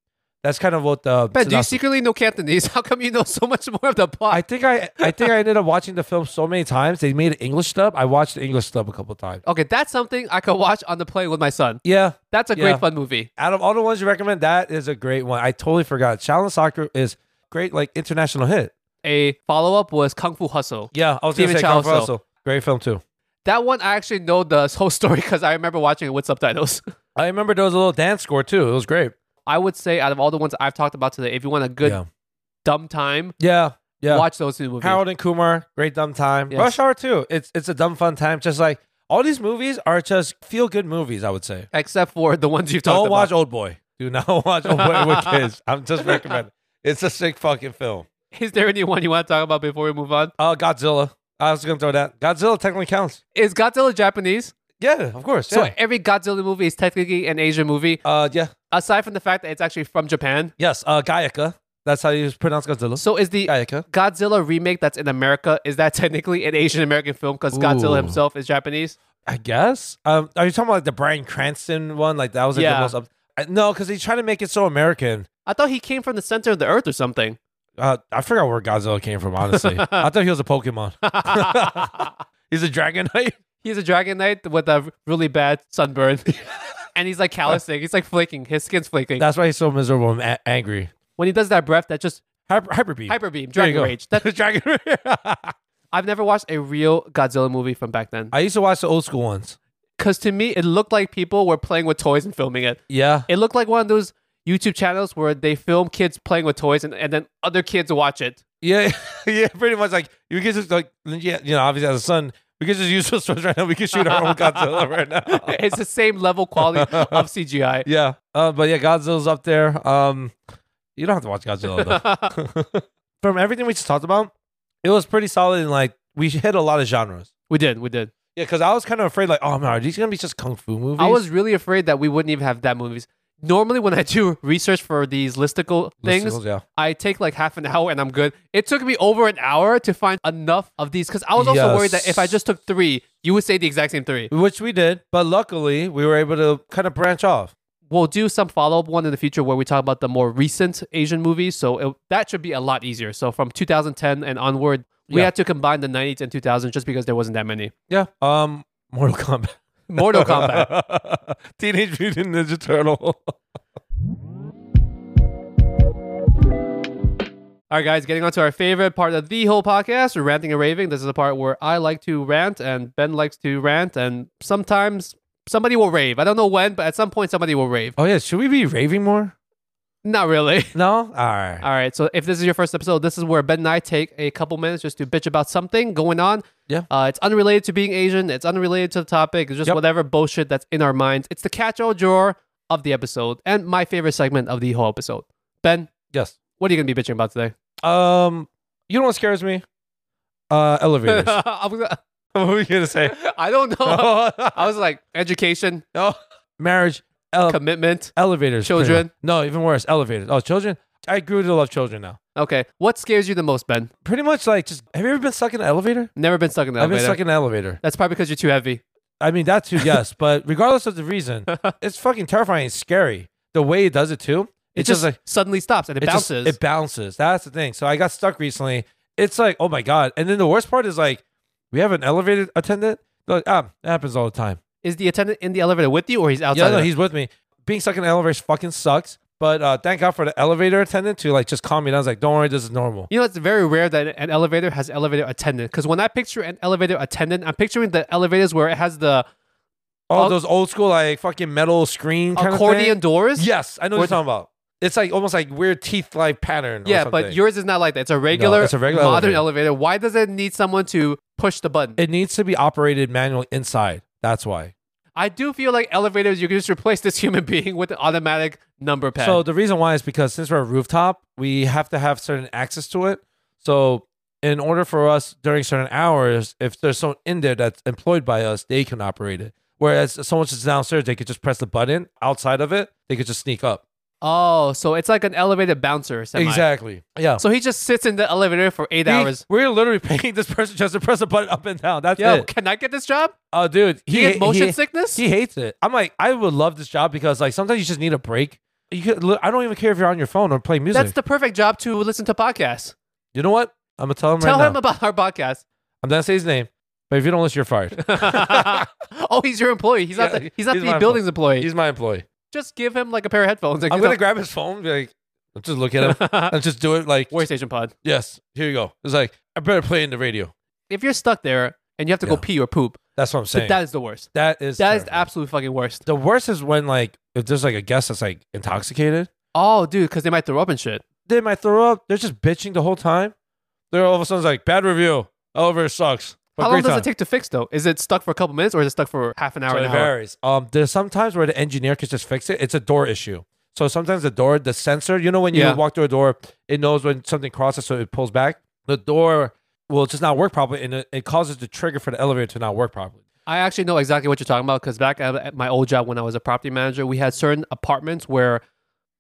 A: That's kind of what the.
B: Ben, do you secretly know Cantonese? How come you know so much more of the plot?
A: I think I, I think I ended up watching the film so many times. They made an English dub. I watched the English dub a couple times.
B: okay, that's something I could watch on the plane with my son.
A: Yeah,
B: That's a
A: Yeah.
B: great fun movie.
A: out of all the ones you recommend, that is a great one. I totally forgot. Shaolin Soccer is great, like international hit.
B: a follow up was Kung Fu Hustle.
A: Yeah, I was
B: Stephen
A: gonna say
B: Chow
A: Kung Fu
B: also.
A: Hustle. Great film too.
B: That one I actually know the whole story because I remember watching it with subtitles.
A: I remember there was a little dance score too. It was great.
B: I would say out of all the ones I've talked about today, if you want a good
A: Yeah.
B: dumb time,
A: Yeah, yeah.
B: watch those two movies.
A: Harold and Kumar, great dumb time.
B: Yes.
A: Rush Hour too. It's it's a dumb fun time. Just like all these movies are just feel good movies. I would say.
B: Except for the ones you've talked
A: Don't
B: about.
A: watch Old Boy. Do not watch Old Boy with kids. I'm just recommending. It's a sick fucking film.
B: Is there anyone you want to talk about before we move on?
A: Oh, Godzilla. I was gonna throw that. Godzilla technically counts.
B: Is Godzilla Japanese?
A: Yeah, of course.
B: So
A: yeah.
B: every Godzilla movie is technically an Asian movie,
A: uh, yeah.
B: aside from the fact that it's actually from Japan.
A: Yes. Uh, Gaika. That's how you pronounce Godzilla.
B: So is the
A: Gaika.
B: Godzilla remake that's in America, is that technically an Asian American film because Godzilla
A: Ooh.
B: himself is Japanese?
A: I guess. Um, are you talking about like the Brian Cranston one? Like that was like,
B: Yeah.
A: the most. Up- I- no, because they try to make it so American.
B: I thought he came from the center of the earth or something.
A: Uh, I forgot where Godzilla came from. Honestly, I thought he was a Pokemon. He's a Dragonite.
B: He's a dragon knight with a really bad sunburn. and he's like callousing. He's like flaking. His skin's flaking.
A: That's why he's so miserable and a- angry.
B: when he does that breath, that just
A: Hyper, hyper beam.
B: hyper beam,
A: There you
B: dragon
A: go.
B: rage. That,
A: Dragon.
B: I've never watched a real Godzilla movie from back then.
A: I used to watch the old school ones.
B: Because to me, it looked like people were playing with toys and filming it.
A: Yeah.
B: It looked like one of those YouTube channels where they film kids playing with toys and, and then other kids watch it.
A: Yeah, yeah, pretty much like you could just like yeah, you know, obviously as a son, we could just use those swords right now. We could shoot our own Godzilla right now.
B: it's the same level quality of CGI.
A: Yeah, uh, but yeah, Godzilla's up there. Um, you don't have to watch Godzilla though. From everything we just talked about, it was pretty solid and like we hit a lot of genres.
B: We did, we did.
A: Yeah, because I was kind of afraid like, oh man, are these gonna be just kung fu movies?
B: I was really afraid that we wouldn't even have that movies. Normally, when I do research for these listicle things,
A: Listicles, yeah.
B: I take like half an hour and I'm good. It took me over an hour to find enough of these because I was also worried that if I
A: Yes.
B: just took three, you would say the exact same three.
A: which we did, but luckily we were able to kind of branch off.
B: We'll do some follow up one in the future where we talk about the more recent Asian movies. So it, that should be a lot easier. So from 2010 and onward, we
A: Yeah.
B: had to combine the 90s and 2000s just because there wasn't that many.
A: Yeah. Um, Mortal Kombat.
B: Mortal Kombat.
A: Teenage Mutant Ninja Turtle.
B: All right, guys, getting on to our favorite part of the whole podcast, ranting and raving. This is the part where I like to rant and Ben likes to rant, and sometimes somebody will rave. I don't know when, but at some point somebody will rave.
A: Oh yeah, should we be raving more? Uh,
B: Not really.
A: No. All right.
B: All right, so if this is your first episode, this is where Ben and I take a couple minutes just to bitch about something going on.
A: Yeah.
B: Uh, it's unrelated to being Asian, it's unrelated to the topic, it's just
A: Yep.
B: whatever bullshit that's in our minds. It's the catch all drawer of the episode and my favorite segment of the whole episode. Ben,
A: Yes.
B: what are you going to be bitching about today?
A: Um, you know what scares me? Uh, elevators.
B: I'm gonna-
A: what were you gonna say?
B: I don't know.
A: oh,
B: I was like, education.
A: marriage, ele-
B: Commitment.
A: elevators, pretty
B: Children.
A: much. No, even worse, elevators. Oh, children. I grew to love children now.
B: Okay. What scares you the most, Ben?
A: Pretty much like just. Have you ever been stuck in an elevator?
B: Never been stuck in the
A: I've been
B: elevator.
A: stuck in an elevator.
B: That's probably because you're too heavy.
A: I mean, that too, yes. but regardless of the reason, it's fucking terrifying. It's scary. The way it does it too.
B: It
A: It's
B: just
A: just like
B: suddenly stops and it,
A: just-
B: bounces.
A: it bounces. That's the thing. So I got stuck recently. It's like, oh my god. And then the worst part is like, we have an elevator attendant. They're Like, ah, that happens all the time.
B: Is the attendant in the elevator with you or he's outside?
A: yeah,
B: of
A: no,
B: it?
A: he's with me. Being stuck in an elevator fucking sucks. But uh, thank God for the elevator attendant to like just calm me down. I was like, don't worry, this is normal.
B: You know, it's very rare that an elevator has elevator attendant. Because when I picture an elevator attendant, I'm picturing the elevators where it has the
A: Oh,
B: Oh.
A: those old school like fucking metal screen kind of
B: accordion
A: thing.
B: doors.
A: Yes, I know what
B: With-
A: you're talking about. It's like almost like weird teeth like pattern. or
B: Yeah, but
A: something.
B: yours is not like that. It's a regular,
A: it's a regular
B: modern elevator.
A: elevator.
B: Why does it need someone to push the button?
A: It needs to be operated manually inside. That's why.
B: I do feel like elevators, you can just replace this human being with an automatic number pad.
A: So the reason why is because since we're a rooftop, we have to have certain access to it. So in order for us during certain hours, if there's someone in there that's employed by us, they can operate it. Whereas if someone just downstairs, they could just press the button. Outside of it, they could just sneak up.
B: oh, so it's like an elevator bouncer. semi.
A: Exactly. Yeah.
B: So he just sits in the elevator for eight
A: We-
B: hours.
A: We're literally paying this person just to press a button up and down. That's
B: Yo,
A: it.
B: can I get this job?
A: Oh, dude,
B: You
A: he
B: get motion
A: he-
B: sickness?
A: He hates it. I'm like, I would love this job because like sometimes you just need a break. You could. li- I don't even care if you're on your phone or play music.
B: That's the perfect job to listen to podcasts.
A: you know what? I'm gonna tell him
B: Tell
A: right
B: him
A: now.
B: about our podcast.
A: I'm not gonna say his name, but if you don't listen, you're fired.
B: oh, he's your employee. He's not.
A: Yeah,
B: The, he's not
A: he's
B: the
A: my
B: building's employee.
A: He's my employee.
B: just give him like a pair of headphones. Like,
A: I'm
B: you
A: gonna grab his phone. And be like, I'm just looking at him.
B: know,
A: I'm just do it like,
B: Workstation Pod.
A: yes, here you go. It's like I better play in the radio.
B: If you're stuck there and you have to go
A: Yeah.
B: pee or poop,
A: That's what I'm
B: th-
A: saying.
B: that is the worst.
A: that is
B: That is the
A: terrifying.
B: absolute fucking worst.
A: the worst is when like if there's like a guest that's like intoxicated,
B: Oh, dude, because they might throw up and shit.
A: they might throw up. They're just bitching the whole time. They're all of a sudden like bad review. Over sucks. But
B: How long
A: great
B: does
A: time.
B: it take to fix though? Is it stuck for a couple minutes or is it stuck for half an hour?
A: So
B: an
A: it
B: hour?
A: varies. Um, there's sometimes where the engineer can just fix it. It's a door issue. So sometimes the door, the sensor, you know, when you
B: Yeah.
A: walk through a door, it knows when something crosses, so it pulls back. The door will just not work properly, and it, it causes the trigger for the elevator to not work properly.
B: I actually know exactly what you're talking about because back at at my old job when I was a property manager, we had certain apartments where,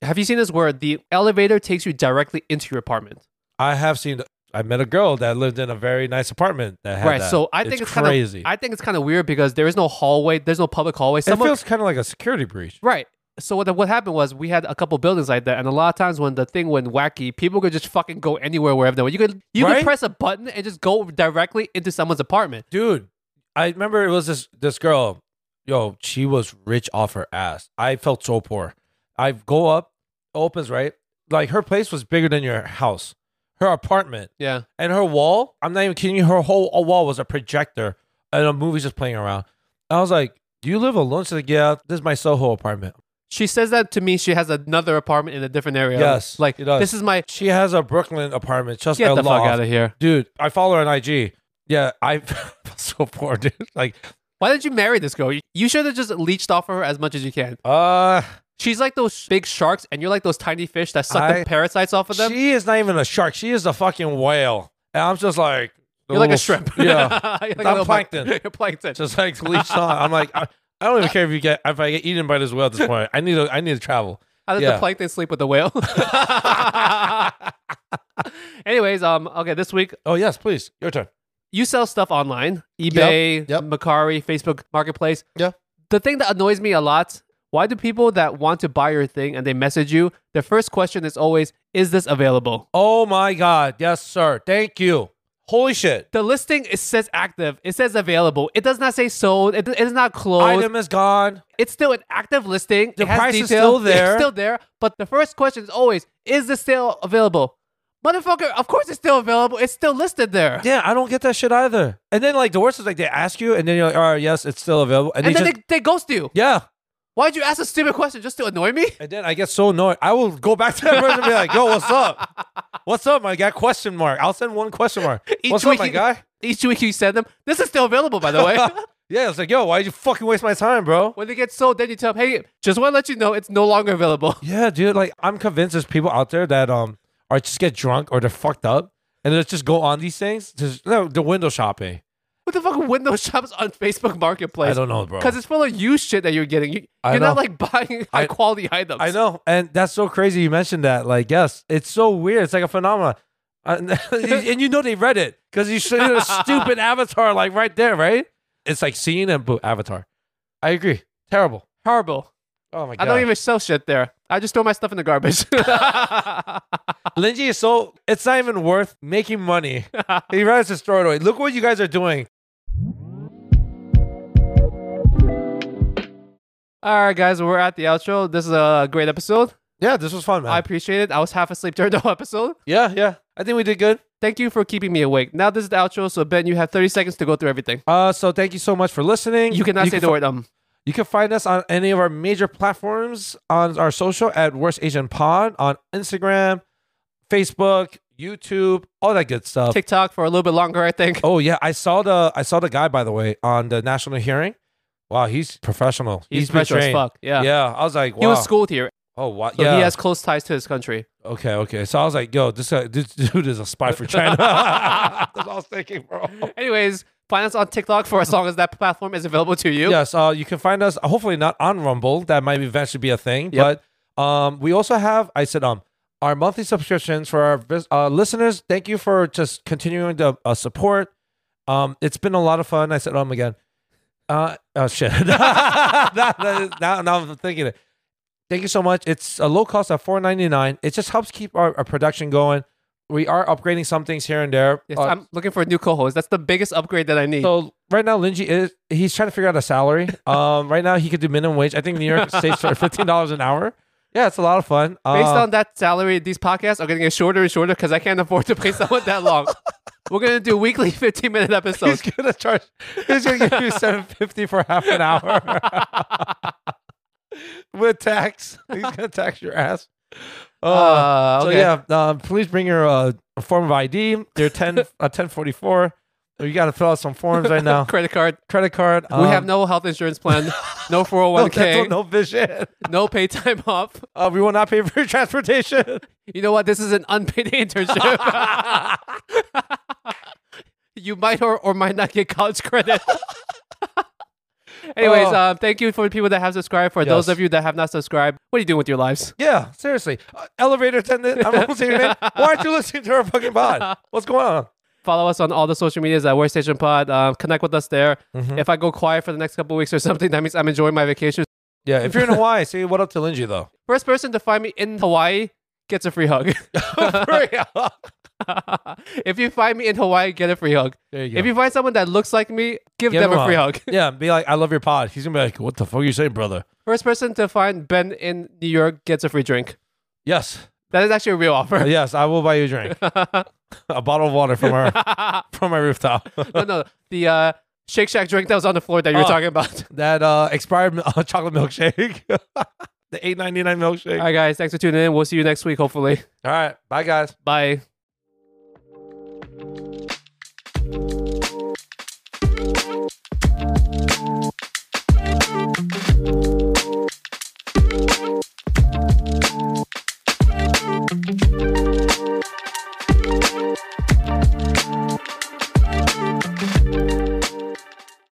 B: have you seen this? Where the elevator takes you directly into your apartment.
A: I have seen. I met a girl that lived in a very nice apartment that had
B: Right.
A: that.
B: So I think it's, kind
A: crazy.
B: of I think it's kind of weird because there is no hallway. There's no public hallway.
A: it
B: Someone,
A: feels kind of like a security breach.
B: right. So what, what happened was we had a couple buildings like that, and a lot of times when the thing went wacky, people could just fucking go anywhere wherever they want. You could you could
A: Right?
B: press a button and just go directly into someone's apartment.
A: dude i remember it was this this girl yo she was rich off her ass i felt so poor i go up opens right like her place was bigger than your house her apartment
B: Yeah.
A: and her wall i'm not even kidding you her whole uh, wall was a projector and a movie's just playing around i was like do you live alone she's like yeah this is my soho apartment
B: She says that to me. She has another apartment in a different area.
A: Yes,
B: Like
A: she does.
B: this is my
A: she has a brooklyn apartment just
B: get
A: a
B: the fuck
A: lot
B: out of here.
A: dude i follow her on ig yeah i felt so poor dude like
B: Why did you marry this girl? You- You should have just leached off of her as much as you can.
A: uh
B: She's like those big sharks, and you're like those tiny fish that suck the
A: I-
B: parasites off of them.
A: She is not even a shark. She is a fucking whale. And I'm just like,
B: You're like a
A: little-
B: shrimp.
A: Yeah.
B: You're like a
A: I'm
B: little pla-
A: plankton.
B: You're plankton.
A: just like leached on. I'm like, I, I don't even care if you get if I get eaten by this whale at this point. I need to I need to travel.
B: How does the
A: yeah.
B: plankton sleep with the whale? Anyways, um, okay, this week
A: Oh yes, please. Your turn.
B: you sell stuff online, eBay,
A: yep.
B: Macari, Facebook Marketplace.
A: Yeah.
B: The thing that annoys me a lot, why do people that want to buy your thing and they message you, their first question is always, is this available?
A: Oh my god. Yes, sir. Thank you. Holy shit.
B: The listing it says active. It says available. It does not say sold. It, it is not closed.
A: Item is gone.
B: it's still an active listing.
A: The
B: It has
A: price is
B: detail.
A: still there.
B: It's still there. But the first question is always, is the sale available? Motherfucker, of course it's still available. It's still listed there.
A: Yeah, I don't get that shit either. And then like the worst is like they ask you and then you're like, all right, yes, it's still available. And,
B: and
A: they
B: then
A: just,
B: they, they ghost you.
A: Yeah.
B: Why'd you ask a stupid question just to annoy me?
A: And then I get so annoyed. I will go back to that person and be like, yo, what's up? What's up, my guy? Question mark. I'll send one question mark.
B: Each
A: what's
B: week
A: up, my
B: you-
A: guy?
B: Each week you send them, this is still available, by the way.
A: yeah, it's like, yo, why'd you fucking waste my time, bro?
B: when they get sold, then you tell them, hey, just want to let you know it's no longer available.
A: Yeah, dude. Like, I'm convinced there's people out there that um are just get drunk or they're fucked up and they just go on these things. Just, no, the window shopping.
B: What the fuck window shops on Facebook Marketplace?
A: I don't know, bro.
B: Because it's full of used shit that you're getting. You,
A: I
B: you're not
A: know.
B: like buying
A: I-
B: high quality items.
A: I know, and that's so crazy. You mentioned that, like, yes, it's so weird. It's like a phenomenon, and and you know they read it because you showed you a stupid avatar, like right there, right? It's like seeing and boom, avatar. I agree. Terrible.
B: Horrible.
A: Oh my
B: I
A: god.
B: don't even sell shit there. I just throw my stuff in the garbage.
A: Linji is so it's not even worth making money. he writes to throw it away. Look what you guys are doing.
B: All right, guys, we're at the outro. This is a great episode.
A: Yeah, this was fun, man.
B: I appreciate it. I was half asleep during the whole episode.
A: yeah, yeah. I think we did good.
B: Thank you for keeping me awake. Now this is the outro, so Ben, you have 30 seconds to go through everything.
A: Uh, so thank you so much for listening.
B: You cannot say the
A: fi-
B: word um.
A: You can find us on any of our major platforms on our social at Worst Asian Pod on Instagram, Facebook, YouTube, all that good stuff.
B: TikTok for a little bit longer, I think.
A: oh yeah, I saw the I saw the guy by the way on the national hearing. Wow, he's professional.
B: He's
A: been
B: special as
A: trained.
B: fuck. Yeah.
A: Yeah, I was like, wow.
B: He was schooled here,
A: oh wow,
B: so
A: yeah.
B: he has close ties to his country.
A: okay, okay. So I was like, yo, this guy, this dude is a spy for China. That's what I was thinking, bro.
B: Anyways, find us on TikTok for as long as that platform is available to you.
A: Yes, uh, you can find us. Hopefully not on Rumble. That might eventually be a thing.
B: Yep.
A: But um, we also have. I said um, our monthly subscriptions for our vis- uh, listeners. Thank you for just continuing to uh, support. Um, it's been a lot of fun. I said um again. Uh, oh shit! now, now, now I'm thinking it. Thank you so much. It's a low cost at four ninety nine. It just helps keep our, our production going. We are upgrading some things here and there.
B: Yes,
A: Uh,
B: I'm looking for a new co-host. That's the biggest upgrade that I need.
A: so right now, Linji is he's trying to figure out a salary. Um, right now he could do minimum wage. I think New York State's for fifteen dollars an hour. Yeah, it's a lot of fun. Uh,
B: Based on that salary, these podcasts are going to get shorter and shorter because I can't afford to pay someone that long. We're going to do weekly 15 minute
A: he's
B: episodes.
A: gonna charge. He's gonna give you seven fifty for half an hour with tax. He's gonna tax your ass. Uh,
B: Uh, okay.
A: So yeah, um, please bring your uh, form of ID. You're ten uh, ten forty four. You got to fill out some forms right now.
B: Credit card.
A: Credit card.
B: we
A: um,
B: have no health insurance plan, no
A: no
B: 401k,
A: dental, no vision.
B: no pay time off.
A: Uh, we will not pay for your transportation.
B: You know what? This is an unpaid internship. you might or, or might not get college credit. Anyways,
A: Oh.
B: um, thank you for the people that have subscribed. For those
A: Yes.
B: of you that have not subscribed, what are you doing with your lives?
A: Yeah, seriously. Uh, elevator attendant, I won't say your name. Why aren't you listening to our fucking pod? What's going on?
B: Follow us on all the social medias at Workstation Pod. Um, connect with us there. If I go quiet for the next couple weeks or something, that means I'm enjoying my vacation.
A: Yeah, if you're in Hawaii, say what up to Linji though.
B: First person to find me in Hawaii gets a free hug. if you find me in Hawaii, get a free hug.
A: There you
B: If you find someone that looks like me, give, them a free hug.
A: Yeah, be like, I love your pod. He's gonna be like, What the fuck are you saying, brother?
B: First person to find Ben in New York gets a free drink.
A: Yes.
B: That is actually a real offer.
A: Yes, I will buy you a drink. a bottle of water from our from our rooftop.
B: no, no, the uh, Shake Shack drink that was on the floor that you were
A: Oh.
B: talking about.
A: that uh expired mi- uh, chocolate milkshake. the eight ninety nine milkshake.
B: All right, guys, thanks for tuning in. We'll see you next week, hopefully.
A: All right. Bye guys.
B: Bye.